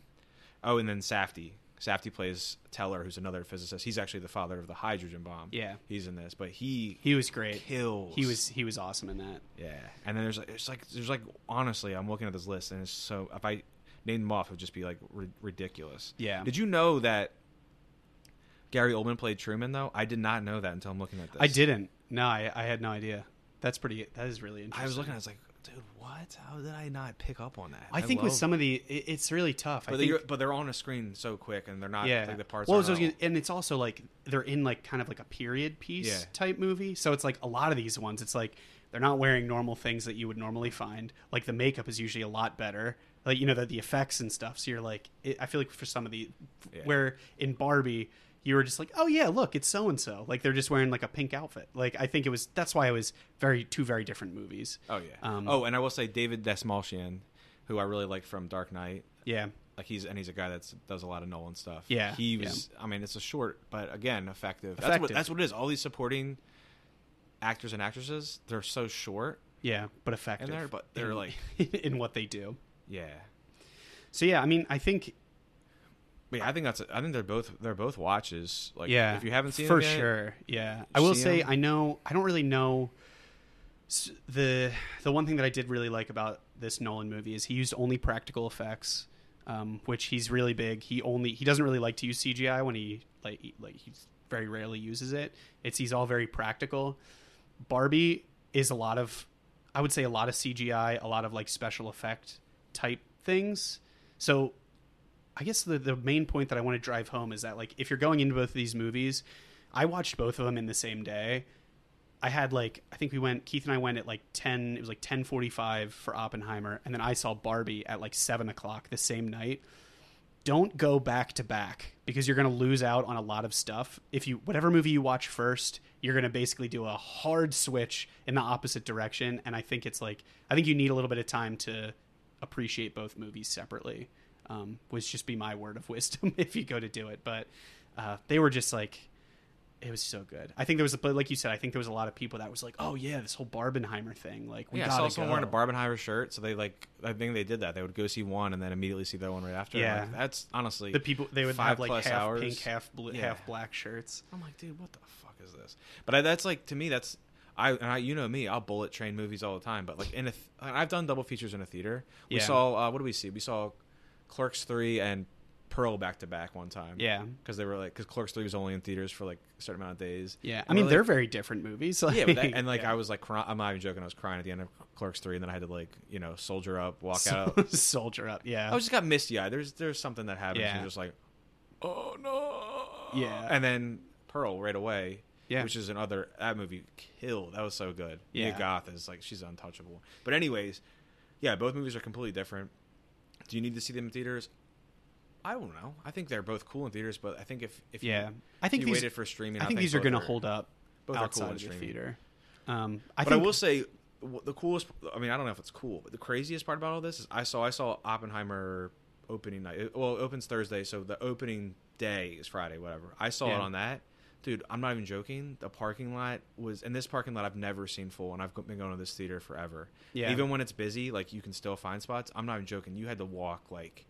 S2: oh, and then Safty. Safty plays Teller, who's another physicist. He's actually the father of the hydrogen bomb.
S1: Yeah.
S2: he's in this, but he
S1: he was great.
S2: kills.
S1: He was he was awesome in that.
S2: yeah. And then there's it's like there's like honestly, I'm looking at this list, and it's so if I named them off, it would just be like ri- ridiculous.
S1: Yeah.
S2: Did you know that Gary Oldman played Truman though? I did not know that until I'm looking at this.
S1: I didn't. No, I, I had no idea. That's pretty. That is really interesting.
S2: I was looking. I was like, dude, what? How did I not pick up on that?
S1: I think with
S2: love-
S1: some of the, it, it's really tough. I
S2: But,
S1: think,
S2: they're, but they're on a screen so quick, and they're not
S1: yeah.
S2: like the parts.
S1: Well,
S2: aren't
S1: so it's-
S2: all-
S1: and it's also like they're in like kind of like a period piece
S2: Yeah.
S1: type movie. So it's like a lot of these ones. It's like they're not wearing normal things that you would normally find. Like the makeup is usually a lot better. Like you know the, the effects and stuff. So you're like, it, I feel like for some of the
S2: Yeah.
S1: where in Barbie. You were just like, oh yeah, look, it's so and so. Like they're just wearing like a pink outfit. Like I think it was that's why it was very two very different movies.
S2: Oh yeah.
S1: Um,
S2: oh, and I will say David Desmalchian, who I really like from Dark Knight.
S1: yeah,
S2: Like he's and he's a guy that does a lot of Nolan stuff.
S1: Yeah,
S2: he
S1: yeah.
S2: was. I mean, it's a short, but again, effective. That's what
S1: Effective.
S2: that's what it is. All these supporting actors and actresses, they're so short.
S1: yeah, but effective.
S2: and they're but they're
S1: in-
S2: like
S1: in what they do.
S2: yeah.
S1: So yeah, I mean, I think
S2: But yeah, I think that's I think they're both they're both watches. Like
S1: yeah,
S2: if you haven't seen
S1: for
S2: it yet,
S1: sure, yeah. I will
S2: see
S1: say
S2: 'em.
S1: I know I don't really know s- the the one thing that I did really like about this Nolan movie is he used only practical effects, um, which he's really big. He only he doesn't really like to use CGI when he like he- like he very rarely uses it. It's he's all very practical. Barbie is a lot of I would say a lot of CGI, a lot of like special effect type things. So I guess the the main point that I want to drive home is that like if you're going into both of these movies, I watched both of them in the same day. I had like I think we went Keith and I went at like ten it was like ten forty five for Oppenheimer and then I saw Barbie at like seven o'clock the same night. Don't go back to back because you're gonna lose out on a lot of stuff. If you whatever movie you watch first, you're gonna basically do a hard switch in the opposite direction. And I think it's like I think you need a little bit of time to appreciate both movies separately. Um, was just be my word of wisdom if you go to do it. But uh, they were just like it was so good. I think there was a but like you said. I think there was a lot of people that was like, "Oh yeah, this whole Barbenheimer thing." Like we
S2: yeah, I
S1: gotta
S2: saw someone
S1: go.
S2: wearing a Barbenheimer shirt, so they like. I think they did that. They would go see one and then immediately see the other one right after.
S1: Yeah.
S2: Like, that's honestly
S1: the people they would
S2: five
S1: have like
S2: plus
S1: half
S2: hours.
S1: pink, half blue,
S2: Yeah.
S1: half black shirts.
S2: I'm like, dude, what the fuck is this? But I, that's like to me, that's I, and I. You know me, I'll bullet train movies all the time. But like in a, th- I've done double features in a theater. We
S1: Yeah.
S2: saw uh, what do we see? We saw Clerks three and Pearl back to back one time.
S1: Yeah,
S2: because they were like because Clerks three was only in theaters for like a certain amount of days.
S1: yeah. I
S2: And
S1: mean,
S2: we're
S1: they're
S2: like-
S1: very different movies.
S2: yeah, but that, and like
S1: yeah.
S2: I was like, cry- I'm not even joking. I was crying at the end of Clerks three, and then I had to like you know soldier up, walk out.
S1: soldier up. Yeah,
S2: I was just got misty eyed. There's there's something that happens.
S1: Yeah.
S2: You're just like, oh no.
S1: Yeah.
S2: "Oh, And then Pearl right away.
S1: Yeah.
S2: Which is another that movie killed. That was so good. Yeah.
S1: Yeah.
S2: Goth is like she's untouchable. But anyways, yeah, both movies are completely different. Do you need to see them in theaters? I don't know. I think they're both cool in theaters, but I think if if
S1: yeah.
S2: you,
S1: I think
S2: if you
S1: these.
S2: waited for streaming,
S1: I think these are
S2: both
S1: going to hold up
S2: both are cool
S1: outside
S2: in
S1: of the
S2: streaming.
S1: theater. Um, I
S2: but
S1: think
S2: I will say w- the coolest. I mean, I don't know if it's cool, but the craziest part about all this is I saw I saw Oppenheimer opening night. It- Well, it opens Thursday, so the opening day is Friday, whatever. I saw
S1: Yeah.
S2: it on that. Dude, I'm not even joking. The parking lot was, and this parking lot I've never seen full, and I've go- been going to this theater forever.
S1: Yeah.
S2: Even when it's busy, like you can still find spots. I'm not even joking. You had to walk like,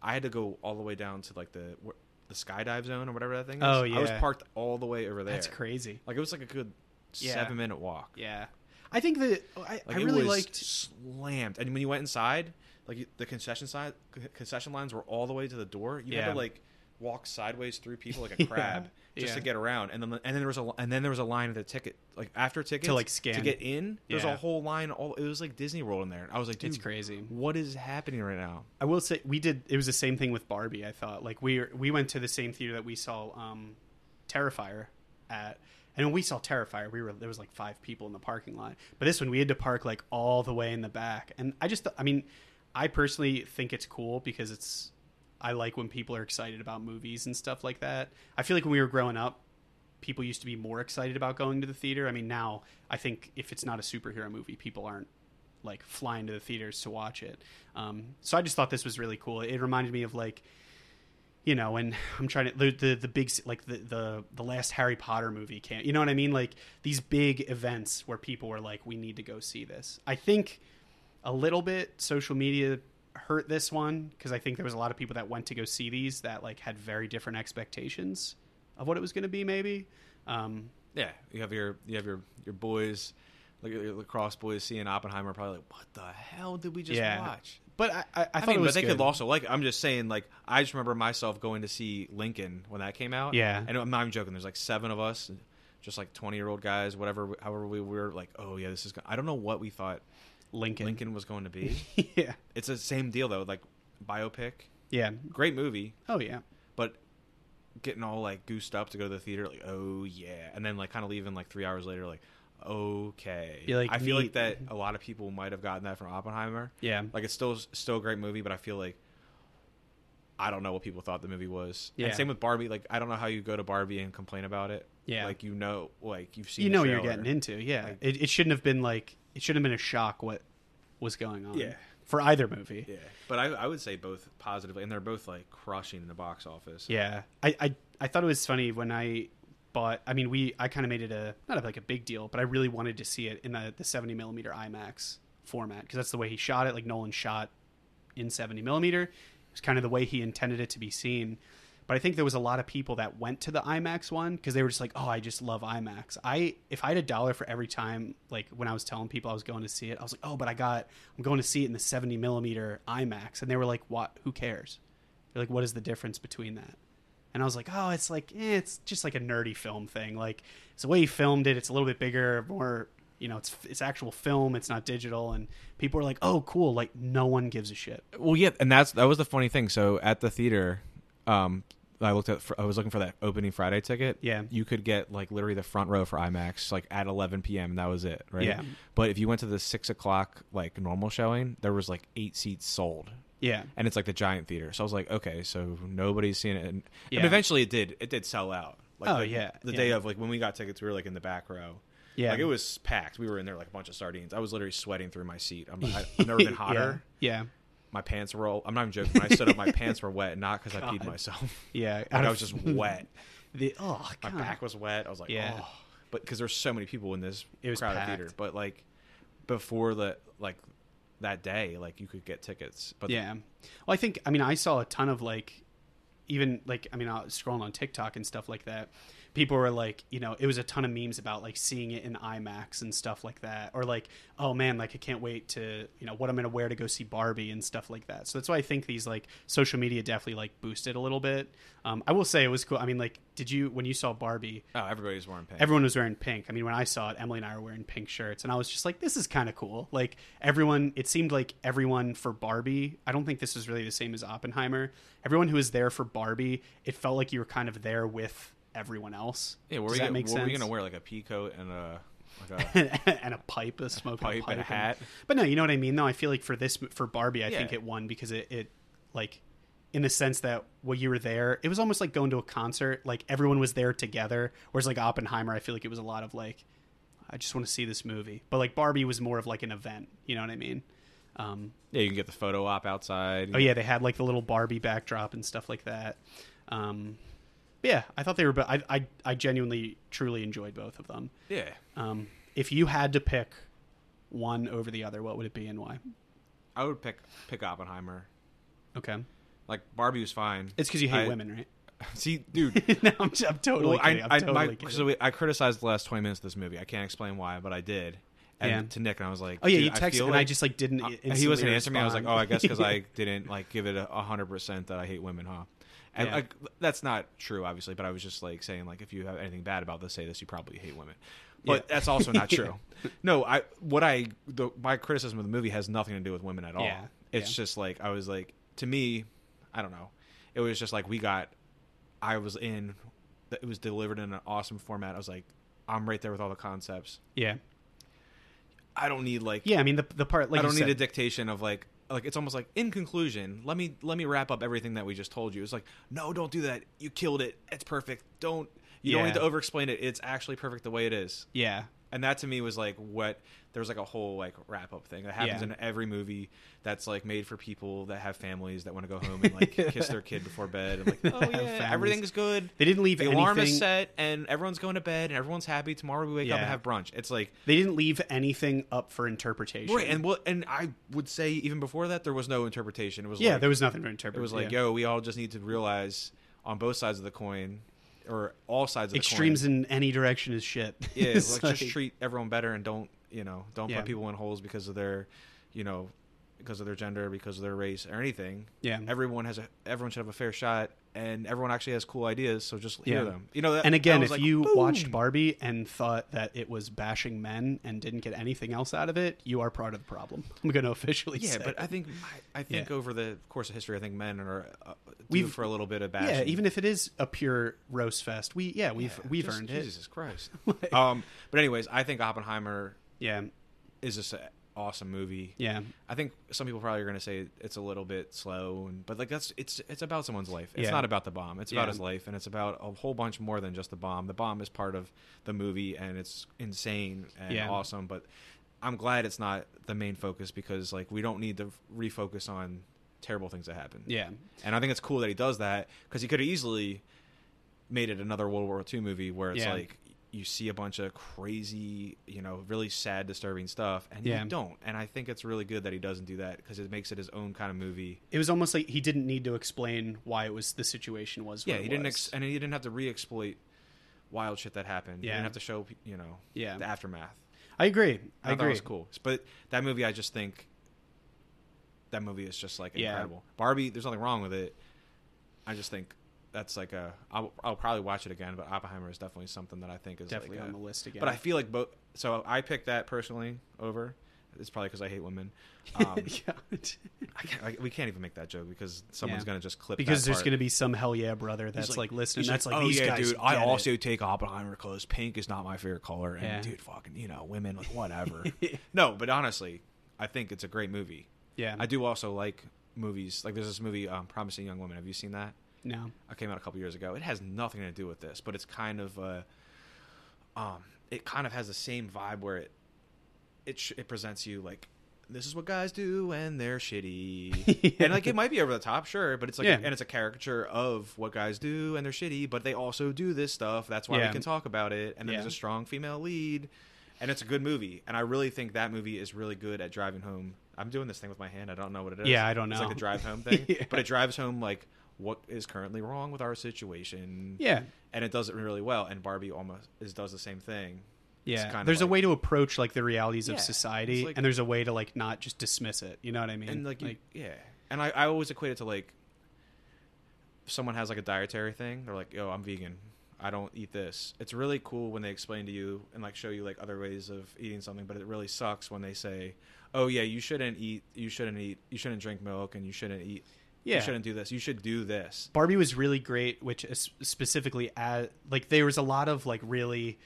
S2: I had to go all the way down to like the wh- the skydive zone or whatever that thing is.
S1: Oh,
S2: I was
S1: yeah.
S2: parked all the way over there.
S1: that's crazy.
S2: Like it was like a good
S1: Yeah.
S2: seven minute walk.
S1: Yeah, I think that I,
S2: Like
S1: I
S2: it
S1: really
S2: was
S1: liked.
S2: slammed. And when you went inside, like you- the concession side, c- concession lines were all the way to the door. You had
S1: Yeah.
S2: to like walk sideways through people like a
S1: Yeah.
S2: crab just to
S1: Yeah.
S2: get around. And then and then there was a and then there was a line at the ticket like after tickets
S1: like, scan.
S2: to get in. There's
S1: Yeah.
S2: a whole line. All it was like Disney World in there. And I was like, dude,
S1: It's crazy.
S2: What is happening right now?
S1: I will say we did. It was the same thing with Barbie. I thought like we we went to the same theater that we saw um, Terrifier at, and when we saw Terrifier, we were there was like five people in the parking lot. But this one we had to park like all the way in the back, and I just I mean, I personally think it's cool because it's I like when people are excited about movies and stuff like that. I feel like when we were growing up, people used to be more excited about going to the theater. I mean, now I think if it's not a superhero movie, people aren't like flying to the theaters to watch it. Um, so I just thought this was really cool. It reminded me of like, you know, when I'm trying to the the, the big s- like the, the the last Harry Potter movie can't. You know what I mean? Like these big events where people were like, we need to go see this. I think a little bit social media hurt this one because I think there was a lot of people that went to go see these that like had very different expectations of what it was going to be. Maybe. Um,
S2: Yeah, you have your you have your your boys, like your lacrosse boys, seeing Oppenheimer. Probably like, what the hell did we just
S1: Yeah.
S2: watch?
S1: but I, I, I
S2: I,
S1: thought
S2: mean,
S1: it was
S2: but they
S1: good.
S2: could also like. I'm just saying, like, I just remember myself going to see Lincoln when that came out.
S1: Yeah.
S2: and I'm not even joking. There's like seven of us, just like 20 year old guys, whatever. However, we were like, oh yeah, this is. go- I don't know what we thought
S1: Lincoln.
S2: Lincoln was going to be.
S1: yeah.
S2: it's the same deal though, like biopic,
S1: Yeah.
S2: great movie,
S1: Oh yeah.
S2: but getting all like goosed up to go to the theater, like oh yeah, and then like kind of leaving like three hours later, like okay.
S1: Be like,
S2: I feel
S1: neat.
S2: like that a lot of people might have gotten that from Oppenheimer.
S1: Yeah.
S2: Like it's still still a great movie, but I feel like I don't know what people thought the movie was.
S1: Yeah.
S2: And same with Barbie. Like I don't know how you go to Barbie and complain about it.
S1: Yeah.
S2: Like you know, like you've seen.
S1: you
S2: the
S1: know what you're
S2: trailer.
S1: getting into. Yeah,
S2: Like-
S1: it, it shouldn't have been like it shouldn't have been a shock what was going on.
S2: Yeah.
S1: for either movie.
S2: Yeah. But I, I would say both positively, and they're both like crushing in the box office.
S1: Yeah, I, I I thought it was funny when I But I mean, we I kind of made it a not a, like a big deal, but I really wanted to see it in the, the 70 millimeter IMAX format because that's the way he shot it. Like Nolan shot in 70 millimeter. It was kind of the way he intended it to be seen. But I think there was a lot of people that went to the IMAX one because they were just like, "Oh, I just love IMAX." I if I had a dollar for every time, like when I was telling people I was going to see it, I was like, "Oh, but I got I'm going to see it in the 70 millimeter IMAX," and they were like, "What? Who cares?" They're like, "What is the difference between that?" And I was like, "Oh, it's like eh, it's just like a nerdy film thing. Like it's the way he filmed it. It's a little bit bigger, more." You know, it's it's actual film. It's not digital, and people are like, "Oh, cool!" Like no one gives a shit.
S2: Well, yeah, and that's that was the funny thing. So at the theater, um, I looked at for, I was looking for that opening Friday ticket.
S1: Yeah.
S2: you could get like literally the front row for IMAX like at 11 p.m. and that was it, right?
S1: Yeah.
S2: But if you went to the six o'clock like normal showing, there was like eight seats sold,
S1: Yeah,
S2: and it's like the giant theater. So I was like, okay, so nobody's seen it, and,
S1: Yeah.
S2: and eventually it did. It did sell out. Like
S1: Oh,
S2: the,
S1: yeah,
S2: the
S1: yeah.
S2: day of like when we got tickets, we were like in the back row.
S1: Yeah.
S2: like it was packed. We were in there like a bunch of sardines. I was literally sweating through my seat. I'm, I, I've never been hotter.
S1: Yeah,
S2: my pants were all, I'm not even joking. When I stood up, my pants were wet, not because I peed myself.
S1: yeah.
S2: Like
S1: Out
S2: I
S1: of-
S2: was just wet.
S1: the oh
S2: My
S1: God.
S2: back was wet. I was like,
S1: Yeah.
S2: oh, but because there's so many people in this
S1: It was
S2: crowded
S1: packed.
S2: theater. But like before the like that day, like you could get tickets. But
S1: Yeah. Well, I think I mean I saw a ton of like, even like I mean I was scrolling on TikTok and stuff like that. People were like, you know, it was a ton of memes about like seeing it in IMAX and stuff like that, or like, oh man, like I can't wait to, you know, what I'm gonna wear to go see Barbie and stuff like that. So that's why I think these like social media definitely like boosted a little bit. Um, I will say it was cool. I mean, like, did you when you saw Barbie?
S2: oh, everybody's wearing pants.
S1: everyone was wearing pink. I mean, when I saw it, Emily and I were wearing pink shirts, and I was just like, this is kind of cool. Like, everyone, it seemed like everyone for Barbie, I don't think this is really the same as Oppenheimer. Everyone who was there for Barbie, it felt like you were kind of there with everyone else.
S2: yeah, were
S1: Does
S2: we,
S1: that
S2: gonna-
S1: make
S2: were
S1: sense?
S2: we gonna wear like a pea coat and a like a
S1: and a pipe, a smoking
S2: Pipe and
S1: pipe,
S2: a hat.
S1: but no, you know what I mean. Though I feel like for this, for Barbie, I
S2: Yeah.
S1: think it won because it, it, like, in the sense that while you were there, it was almost like going to a concert. Like everyone was there together. Whereas like Oppenheimer, I feel like it was a lot of like, I just want to see this movie. But like Barbie was more of like an event. You know what I mean? Um,
S2: yeah, you can get the photo op outside.
S1: oh yeah, they had like the little Barbie backdrop and stuff like that. Um, but yeah, I thought they were. But I, I, I genuinely, truly enjoyed both of them.
S2: yeah.
S1: Um, if you had to pick one over the other, what would it be and why?
S2: I would pick pick Oppenheimer.
S1: Okay,
S2: Like Barbie was fine.
S1: it's because you hate
S2: I-
S1: women, right?
S2: See, dude,
S1: no, I'm, I'm totally
S2: Well,
S1: kidding.
S2: I,
S1: I'm
S2: I,
S1: totally
S2: my-
S1: kidding.
S2: so we, I criticized the last 20 minutes of this movie. I can't explain why, but I did. And
S1: Yeah.
S2: to Nick, and I was like,
S1: oh yeah,
S2: "Dude,
S1: you texted
S2: feel
S1: and I just like didn't.
S2: I-
S1: Uh, instantly
S2: he wasn't answering me. I was like,
S1: respond.
S2: oh, I guess because I didn't like give it a a hundred percent that I hate women, huh? And
S1: Yeah.
S2: like that's not true, obviously. But I was just like saying, like, if you have anything bad about this, say this. You probably hate women, but
S1: Yeah.
S2: that's also not true. No, I what I the, my criticism of the movie has nothing to do with women at all.
S1: Yeah.
S2: It's
S1: Yeah.
S2: just like I was like to me, I don't know. It was just like we got. I was in. It was delivered in an awesome format. I was like, I'm right there with all the concepts.
S1: yeah,
S2: I don't need like
S1: yeah. I mean, the the part like
S2: I don't
S1: you
S2: need
S1: said,
S2: a dictation of like like it's almost like in conclusion, let me let me wrap up everything that we just told you. It's like, no, don't do that. You killed it. It's perfect. Don't you don't
S1: Yeah.
S2: need to over explain it. It's actually perfect the way it is.
S1: yeah,
S2: And that to me was like what there was like a whole like wrap up thing that happens
S1: Yeah.
S2: in every movie that's like made for people that have families that want to go home and like kiss their kid before bed and like oh
S1: Have
S2: yeah
S1: families.
S2: everything's good
S1: They didn't leave
S2: the alarm is
S1: anything-
S2: set and everyone's going to bed and everyone's happy tomorrow we wake up
S1: Yeah.
S2: and have brunch it's like
S1: they didn't leave anything up for interpretation.
S2: Right, and well, and I would say even before that, there was no interpretation. It was
S1: yeah,
S2: like,
S1: there was nothing to interpret.
S2: it was like,
S1: yeah.
S2: yo, we all just need to realize on both sides of the coin, or all sides of
S1: extremes
S2: the
S1: in any direction is shit.
S2: coin. Yeah,
S1: It's
S2: like, just
S1: like-
S2: treat everyone better and don't you know don't
S1: Yeah.
S2: put people in holes because of their, you know, because of their gender, because of their race or anything.
S1: Yeah.
S2: everyone has a everyone should have a fair shot, and everyone actually has cool ideas. So just hear
S1: Yeah.
S2: them. You know, that,
S1: and
S2: that
S1: again,
S2: was
S1: if
S2: like,
S1: you watched
S2: boom.
S1: Barbie and thought that it was bashing men and didn't get anything else out of it, you are part of the problem. I'm going to officially
S2: Yeah,
S1: say
S2: but I
S1: it.
S2: think I, I think
S1: Yeah.
S2: over the course of history, I think men are uh, due
S1: We've-
S2: for a little bit of bashing.
S1: yeah, even if it is a pure roast fest, we yeah we've
S2: Yeah,
S1: we've
S2: just-
S1: earned it.
S2: Jesus Christ. um, but anyways, I think Oppenheimer
S1: Yeah,
S2: is just an awesome movie.
S1: yeah,
S2: I think some people probably are going to say it's a little bit slow, and, but like that's it's it's about someone's life. It's
S1: Yeah.
S2: not about the bomb. It's about
S1: Yeah.
S2: his life, and it's about a whole bunch more than just the bomb. The bomb is part of the movie, and it's insane and
S1: Yeah.
S2: awesome. But I'm glad it's not the main focus because like we don't need to refocus on terrible things that happen.
S1: yeah,
S2: And I think it's cool that he does that because he could have easily made it another World War II movie where it's
S1: Yeah.
S2: like you see a bunch of crazy, you know, really sad, disturbing stuff, and
S1: Yeah.
S2: you don't. And I think it's really good that he doesn't do that because it makes it his own kind of movie.
S1: It was almost like he didn't need to explain why it was the situation was.
S2: Yeah,
S1: what
S2: he
S1: it
S2: didn't,
S1: was.
S2: ex- and he didn't have to re-exploit wild shit that happened. He
S1: Yeah.
S2: didn't have to show, you know,
S1: Yeah.
S2: the aftermath.
S1: I agree. I
S2: I, thought it
S1: agree.
S2: was cool. But that movie, I just think that movie is just like
S1: Yeah.
S2: incredible. Barbie, there's nothing wrong with it. I just think that's like a. I'll, I'll probably watch it again, but Oppenheimer is definitely something that I think is
S1: Definitely
S2: like a-
S1: on the list again.
S2: But I feel like both. So I picked that personally over. It's probably because I hate women. Um,
S1: yeah.
S2: I can't, I, we can't even make that joke because someone's
S1: Yeah.
S2: gonna just clip
S1: because
S2: that
S1: there's
S2: part.
S1: going to be some hell yeah brother that's
S2: He's
S1: like, listening.
S2: he's
S1: That's like, these
S2: oh yeah,
S1: guys
S2: dude. I
S1: get it."
S2: also take Oppenheimer because pink is not my favorite color, and
S1: Yeah.
S2: dude, fucking, you know, women, like, whatever. no, but honestly, I think it's a great movie.
S1: yeah.
S2: I do also like movies. Like there's this movie, um, Promising Young Woman. Have you seen that?
S1: no.
S2: It came out a couple years ago. It has nothing to do with this, but it's kind of, uh, um, it kind of has the same vibe where it, it sh- it presents you like, this is what guys do when they're shitty, and like it might be over the top, sure, but it's like,
S1: Yeah.
S2: and it's a caricature of what guys do and they're shitty, but they also do this stuff. That's why
S1: Yeah.
S2: we can talk about it. And then
S1: Yeah.
S2: there's a strong female lead, and it's a good movie. And I really think that movie is really good at driving home. I'm doing this thing with my hand. I don't know what it is.
S1: Yeah, I don't
S2: It's like
S1: know.
S2: a drive home thing,
S1: Yeah.
S2: but it drives home like what is currently wrong with our situation.
S1: Yeah.
S2: and it does it really well. And Barbie almost is, does the same thing. It's
S1: Yeah.
S2: kinda
S1: There's a
S2: like-
S1: way to approach like the realities of
S2: Yeah,
S1: society
S2: it's like-
S1: and there's a way to like not just dismiss it. You know what I mean?
S2: and like, you- yeah and I, I always equate it to like someone has like a dietary thing they're like yo i'm vegan i don't eat this it's really cool when they explain to you and like show you like other ways of eating something but it really sucks when they say oh yeah you shouldn't eat you shouldn't eat you shouldn't drink milk and you shouldn't eat
S1: Yeah.
S2: you shouldn't do this you should do this
S1: Barbie was really great, which is specifically at like there was a lot of like really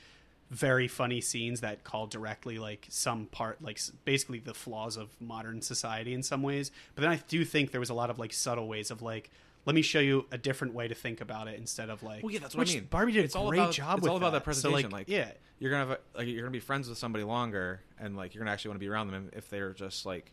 S1: very funny scenes that call directly like some part like s- basically the flaws of modern society in some ways. But then I do think there was a lot of like subtle ways of like let me show you a different way to think about it instead of like
S2: well yeah that's what
S1: which
S2: i mean
S1: Barbie did
S2: it's
S1: a
S2: all
S1: great
S2: about,
S1: job
S2: it's
S1: with
S2: all about that,
S1: So,
S2: presentation like,
S1: yeah
S2: you're gonna have a, like you're gonna be friends with somebody longer and like you're gonna actually want to be around them if they're just like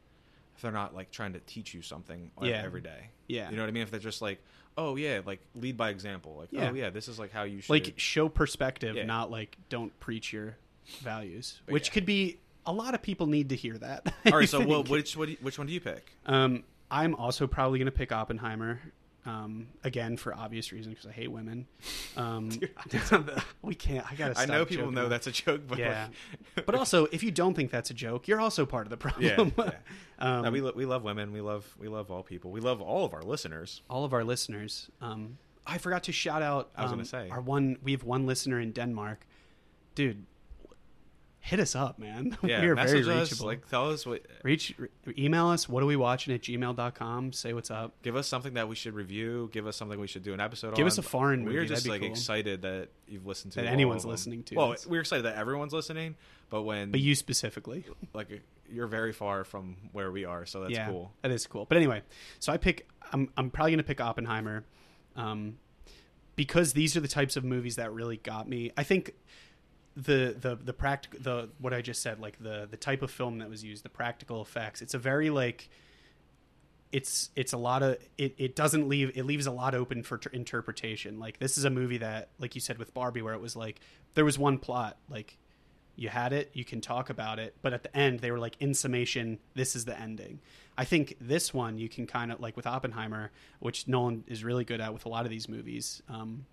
S2: if they're not like trying to teach you something like,
S1: Yeah.
S2: every day
S1: Yeah.
S2: you know what i mean if they're just like oh yeah like lead by example like
S1: Yeah.
S2: oh yeah this is like how you should
S1: like show perspective,
S2: Yeah.
S1: not like don't preach your values,
S2: But
S1: which
S2: yeah.
S1: could be a lot of people need to hear that.
S2: all
S1: I
S2: right so well,
S1: think.
S2: which what do you- which one do you pick
S1: Um, I'm also probably going to pick Oppenheimer. Um, again, for obvious reasons, because I hate women. Um, we can't. I gotta.
S2: i
S1: Stop
S2: know people
S1: joking.
S2: know that's a joke but
S1: Yeah,
S2: like,
S1: but also if you don't think that's a joke, you're also part of the
S2: yeah,
S1: problem.
S2: yeah.
S1: um,
S2: No, we, lo- we love women we love we love all people we love all of our listeners
S1: all of our listeners. Um, I forgot to shout out.
S2: I was
S1: um,
S2: gonna say.
S1: our one. We have one listener in Denmark. Dude, hit us up, man.
S2: yeah
S1: we are very
S2: message
S1: reachable.
S2: us like tell us what
S1: Reach, re- email us. What are we watching at gmail.com? Say what's up.
S2: Give us something that we should review. Give us something we should do an episode
S1: Give
S2: on.
S1: us a foreign
S2: We're
S1: movie, that'd
S2: just
S1: be
S2: like
S1: cool.
S2: excited that you've listened to
S1: That
S2: all
S1: anyone's
S2: of 'em.
S1: listening to
S2: Well,
S1: us.
S2: we're excited that everyone's listening, but when
S1: But you specifically.
S2: like you're very far from where we are, so that's cool.
S1: That is cool. But anyway, so I pick. I'm I'm probably gonna pick Oppenheimer, um, because these are the types of movies that really got me. I think the the the practic the what I just said, like the the type of film that was used, the practical effects. It's a very like. It's it's a lot of it, it doesn't leave it leaves a lot open for ter- interpretation. Like this is a movie that like you said with Barbie where it was like there was one plot like you had it you can talk about it but at the end they were like in summation this is the ending i think this one you can kind of like with oppenheimer which nolan is really good at with a lot of these movies um,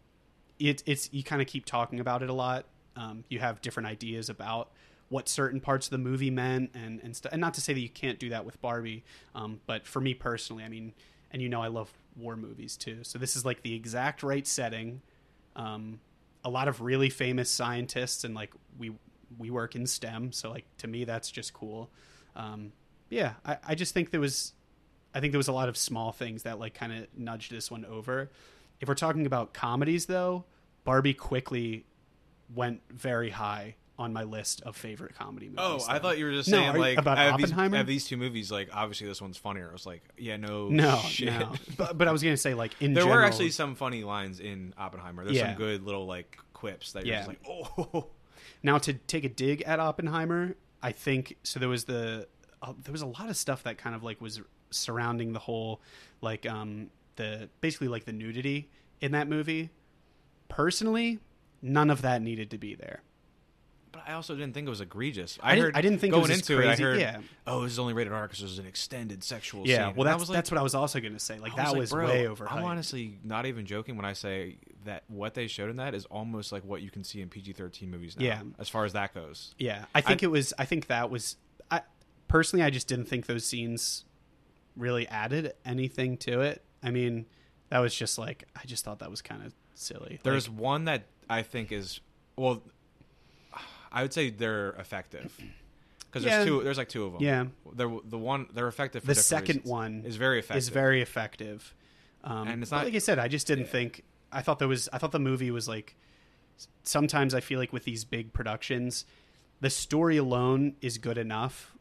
S1: it, it's you kind of keep talking about it a lot um, you have different ideas about what certain parts of the movie meant and and, stu and not to say that you can't do that with barbie um, but for me personally i mean and you know i love war movies too so this is like the exact right setting um, a lot of really famous scientists and like we we work in STEM, so like to me that's just cool. Um, yeah, I, I just think there was I think there was a lot of small things that like kind of nudged this one over. If we're talking about comedies though, Barbie quickly went very high on my list of favorite comedy movies.
S2: Oh, I
S1: though.
S2: thought you were just
S1: No,
S2: saying
S1: are you-
S2: like
S1: about
S2: I have
S1: Oppenheimer?
S2: These, I have these two movies, like obviously this one's funnier. I was like, yeah, no,
S1: no,
S2: shit.
S1: no. But, but I was gonna say like in
S2: There
S1: general,
S2: were actually some funny lines in Oppenheimer. There's
S1: Yeah.
S2: some good little like quips that you're
S1: Yeah.
S2: just like, oh,
S1: Now to take a dig at Oppenheimer, I think so. There was the uh, there was a lot of stuff that kind of like was surrounding the whole like um the basically like the nudity in that movie. Personally, none of that needed to be there.
S2: But I also didn't think it was egregious. I,
S1: didn't-
S2: heard
S1: I didn't think it
S2: going
S1: was as
S2: into it. I
S1: crazy-
S2: heard,
S1: yeah.
S2: oh, this is only rated R because there's an extended sexual scene.
S1: Yeah, well,
S2: And I
S1: that's
S2: was like,
S1: that's what I was also going to say. Like
S2: I
S1: that
S2: like,
S1: was
S2: "Bro,
S1: way over.
S2: I'm honestly not even joking when I say that what they showed in that is almost like what you can see in PG-13 movies now.
S1: Yeah.
S2: as far as that goes.
S1: Yeah, I think it was. I think that was. I personally, I just didn't think those scenes really added anything to it. I mean, that was just like I just thought that was kind of silly.
S2: There's one that I think is well, I would say they're effective because
S1: Yeah.
S2: there's two. There's like two of them.
S1: Yeah.
S2: they're the one they're effective. For
S1: The
S2: different
S1: second
S2: reasons.
S1: one
S2: is very
S1: like,
S2: effective.
S1: is very effective. Um,
S2: And it's
S1: but
S2: not-
S1: like I said. I just didn't think. I thought there was. I thought the movie was like. Sometimes I feel like with these big productions, the story alone is good enough.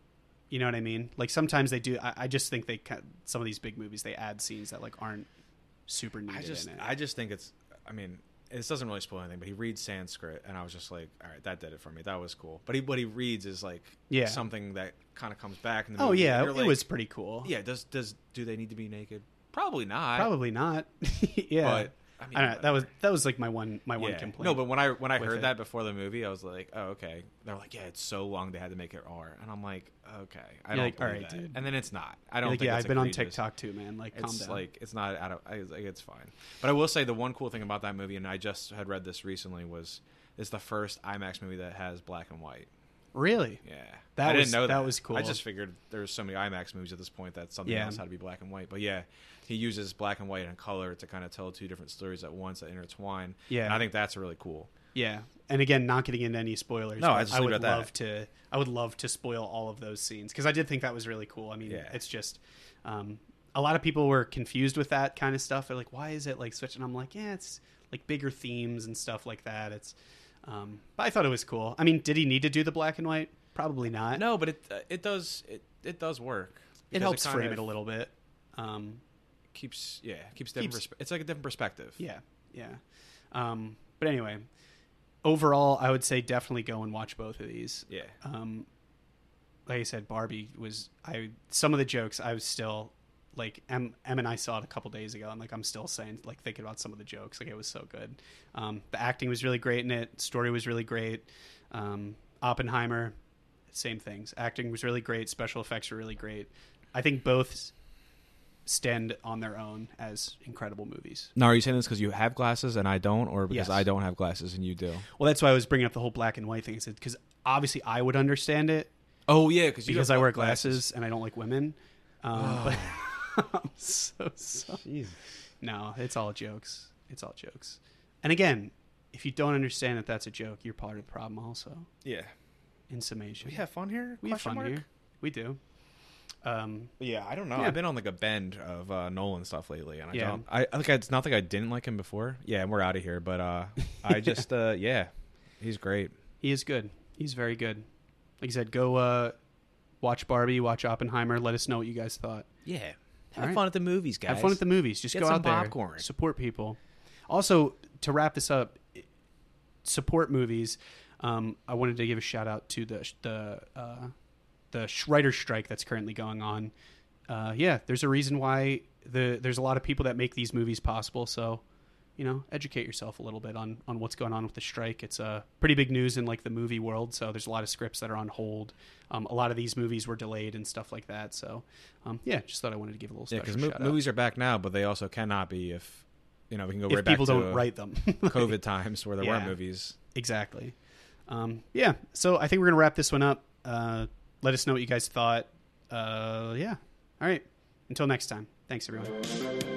S1: You know what I mean? Like sometimes they do. I, I just think they ca- some of these big movies they add scenes that like aren't super needed
S2: I just
S1: in it.
S2: I just think it's. I mean, this doesn't really spoil anything, but he reads Sanskrit, and I was just like, all right, that did it for me. That was cool. But he, what he reads is like
S1: Yeah.
S2: something that kind of comes back in the
S1: Oh
S2: movie,
S1: yeah,
S2: and
S1: it
S2: you're like,
S1: was pretty cool.
S2: Yeah, does does do they need to be naked? Probably not.
S1: probably not. yeah,
S2: But I
S1: I
S2: mean,
S1: don't know, that was
S2: whatever.
S1: that was like my one my one
S2: yeah.
S1: complaint.
S2: No, but when I when I
S1: with
S2: heard
S1: it.
S2: that before the movie, I was like, oh okay. They're like, yeah, it's so long they had to make it R, and I'm like, okay,
S1: You're
S2: I don't
S1: like, all
S2: believe
S1: right,
S2: that.
S1: dude.
S2: And then it's not. I don't
S1: like,
S2: think
S1: yeah,
S2: it's
S1: I've been on
S2: egregious.
S1: TikTok too, man. Like, calm
S2: it's
S1: down.
S2: like it's not out of I- like, it's fine but i will say the one cool thing about that movie and i just had read this recently was it's the first imax movie that has black and white
S1: really?
S2: yeah
S1: That
S2: i
S1: was-
S2: didn't know
S1: that
S2: that
S1: was cool.
S2: i just figured there's so many imax movies at this point that something
S1: Yeah.
S2: else had to be black and white but yeah he uses black and white and color to kind of tell two different stories at once that intertwine
S1: Yeah.
S2: and i think that's really cool
S1: Yeah. And again, not getting into any spoilers.
S2: No,
S1: but
S2: I just leave
S1: would
S2: it at that.
S1: love to. I would love to spoil all of those scenes because I did think that was really cool. I mean,
S2: Yeah.
S1: it's just um, a lot of people were confused with that kind of stuff. They're like, "Why is it like switching?" I'm like, "Yeah, it's like bigger themes and stuff like that." It's, um, but I thought it was cool. I mean, did he need to do the black and white? Probably not.
S2: no but it uh, it does it, it does work
S1: it
S2: because
S1: helps
S2: kind
S1: frame
S2: of
S1: it a little bit. Um,
S2: keeps yeah keeps different
S1: Keeps-
S2: perspe- it's like a different perspective
S1: yeah, yeah. Um, but anyway, overall, I would say definitely go and watch both of these.
S2: yeah
S1: Um, like I said, Barbie was I some of the jokes I was still like M M and I saw it a couple days ago, and like I'm still saying like thinking about some of the jokes. Like it was so good. Um, the acting was really great in it. Story was really great. Um, Oppenheimer, same things. Acting was really great. Special effects were really great. I think both stand on their own as incredible movies.
S2: Now, are you saying this because you have glasses and I don't, or because
S1: Yes.
S2: I don't have glasses and you do?
S1: Well, that's why I was bringing up the whole black and white thing. I said because obviously I would understand it
S2: Oh yeah, you
S1: because
S2: have
S1: I wear glasses and I don't like women. Um, but I'm so sorry. No, it's all jokes. It's all jokes. And again, if you don't understand that that's a joke, you're part of the problem also.
S2: Yeah,
S1: In summation,
S2: we have fun here.
S1: we have
S2: Question
S1: fun
S2: mark?
S1: here. We do. Um,
S2: But yeah, I don't know.
S1: Yeah.
S2: I've been on like a bend of uh, Nolan stuff lately, and I
S1: Yeah.
S2: don't. I I like. It's not like I didn't like him before. Yeah, and we're out of here. But uh, I just uh, yeah, he's great.
S1: he is good. He's very good. Like I said, go uh, watch Barbie, watch Oppenheimer. Let us know what you guys thought.
S2: Yeah,
S1: Have fun
S2: at the movies, guys.
S1: Have fun at the movies. Just
S2: Get
S1: go
S2: some
S1: out there,
S2: popcorn.
S1: support people. Also, to wrap this up, i- support movies. Um, I wanted to give a shout out to the the uh, the writer strike that's currently going on. Uh, yeah, there's a reason why the there's a lot of people that make these movies possible. So, you know, educate yourself a little bit on on what's going on with the strike. It's uh, pretty big news in like the movie world. So there's a lot of scripts that are on hold. Um, a lot of these movies were delayed and stuff like that. So, um, yeah, just thought I wanted to give a little
S2: Yeah,
S1: special
S2: because mo-
S1: shout out
S2: movies are back now, but they also cannot be if you know we can go
S1: if
S2: right back
S1: people
S2: to
S1: don't write them.
S2: COVID times where there
S1: Yeah.
S2: were movies.
S1: exactly. Um, yeah. So I think we're gonna wrap this one up. Uh, let us know what you guys thought. Uh, yeah. All right. Until next time. Thanks, everyone.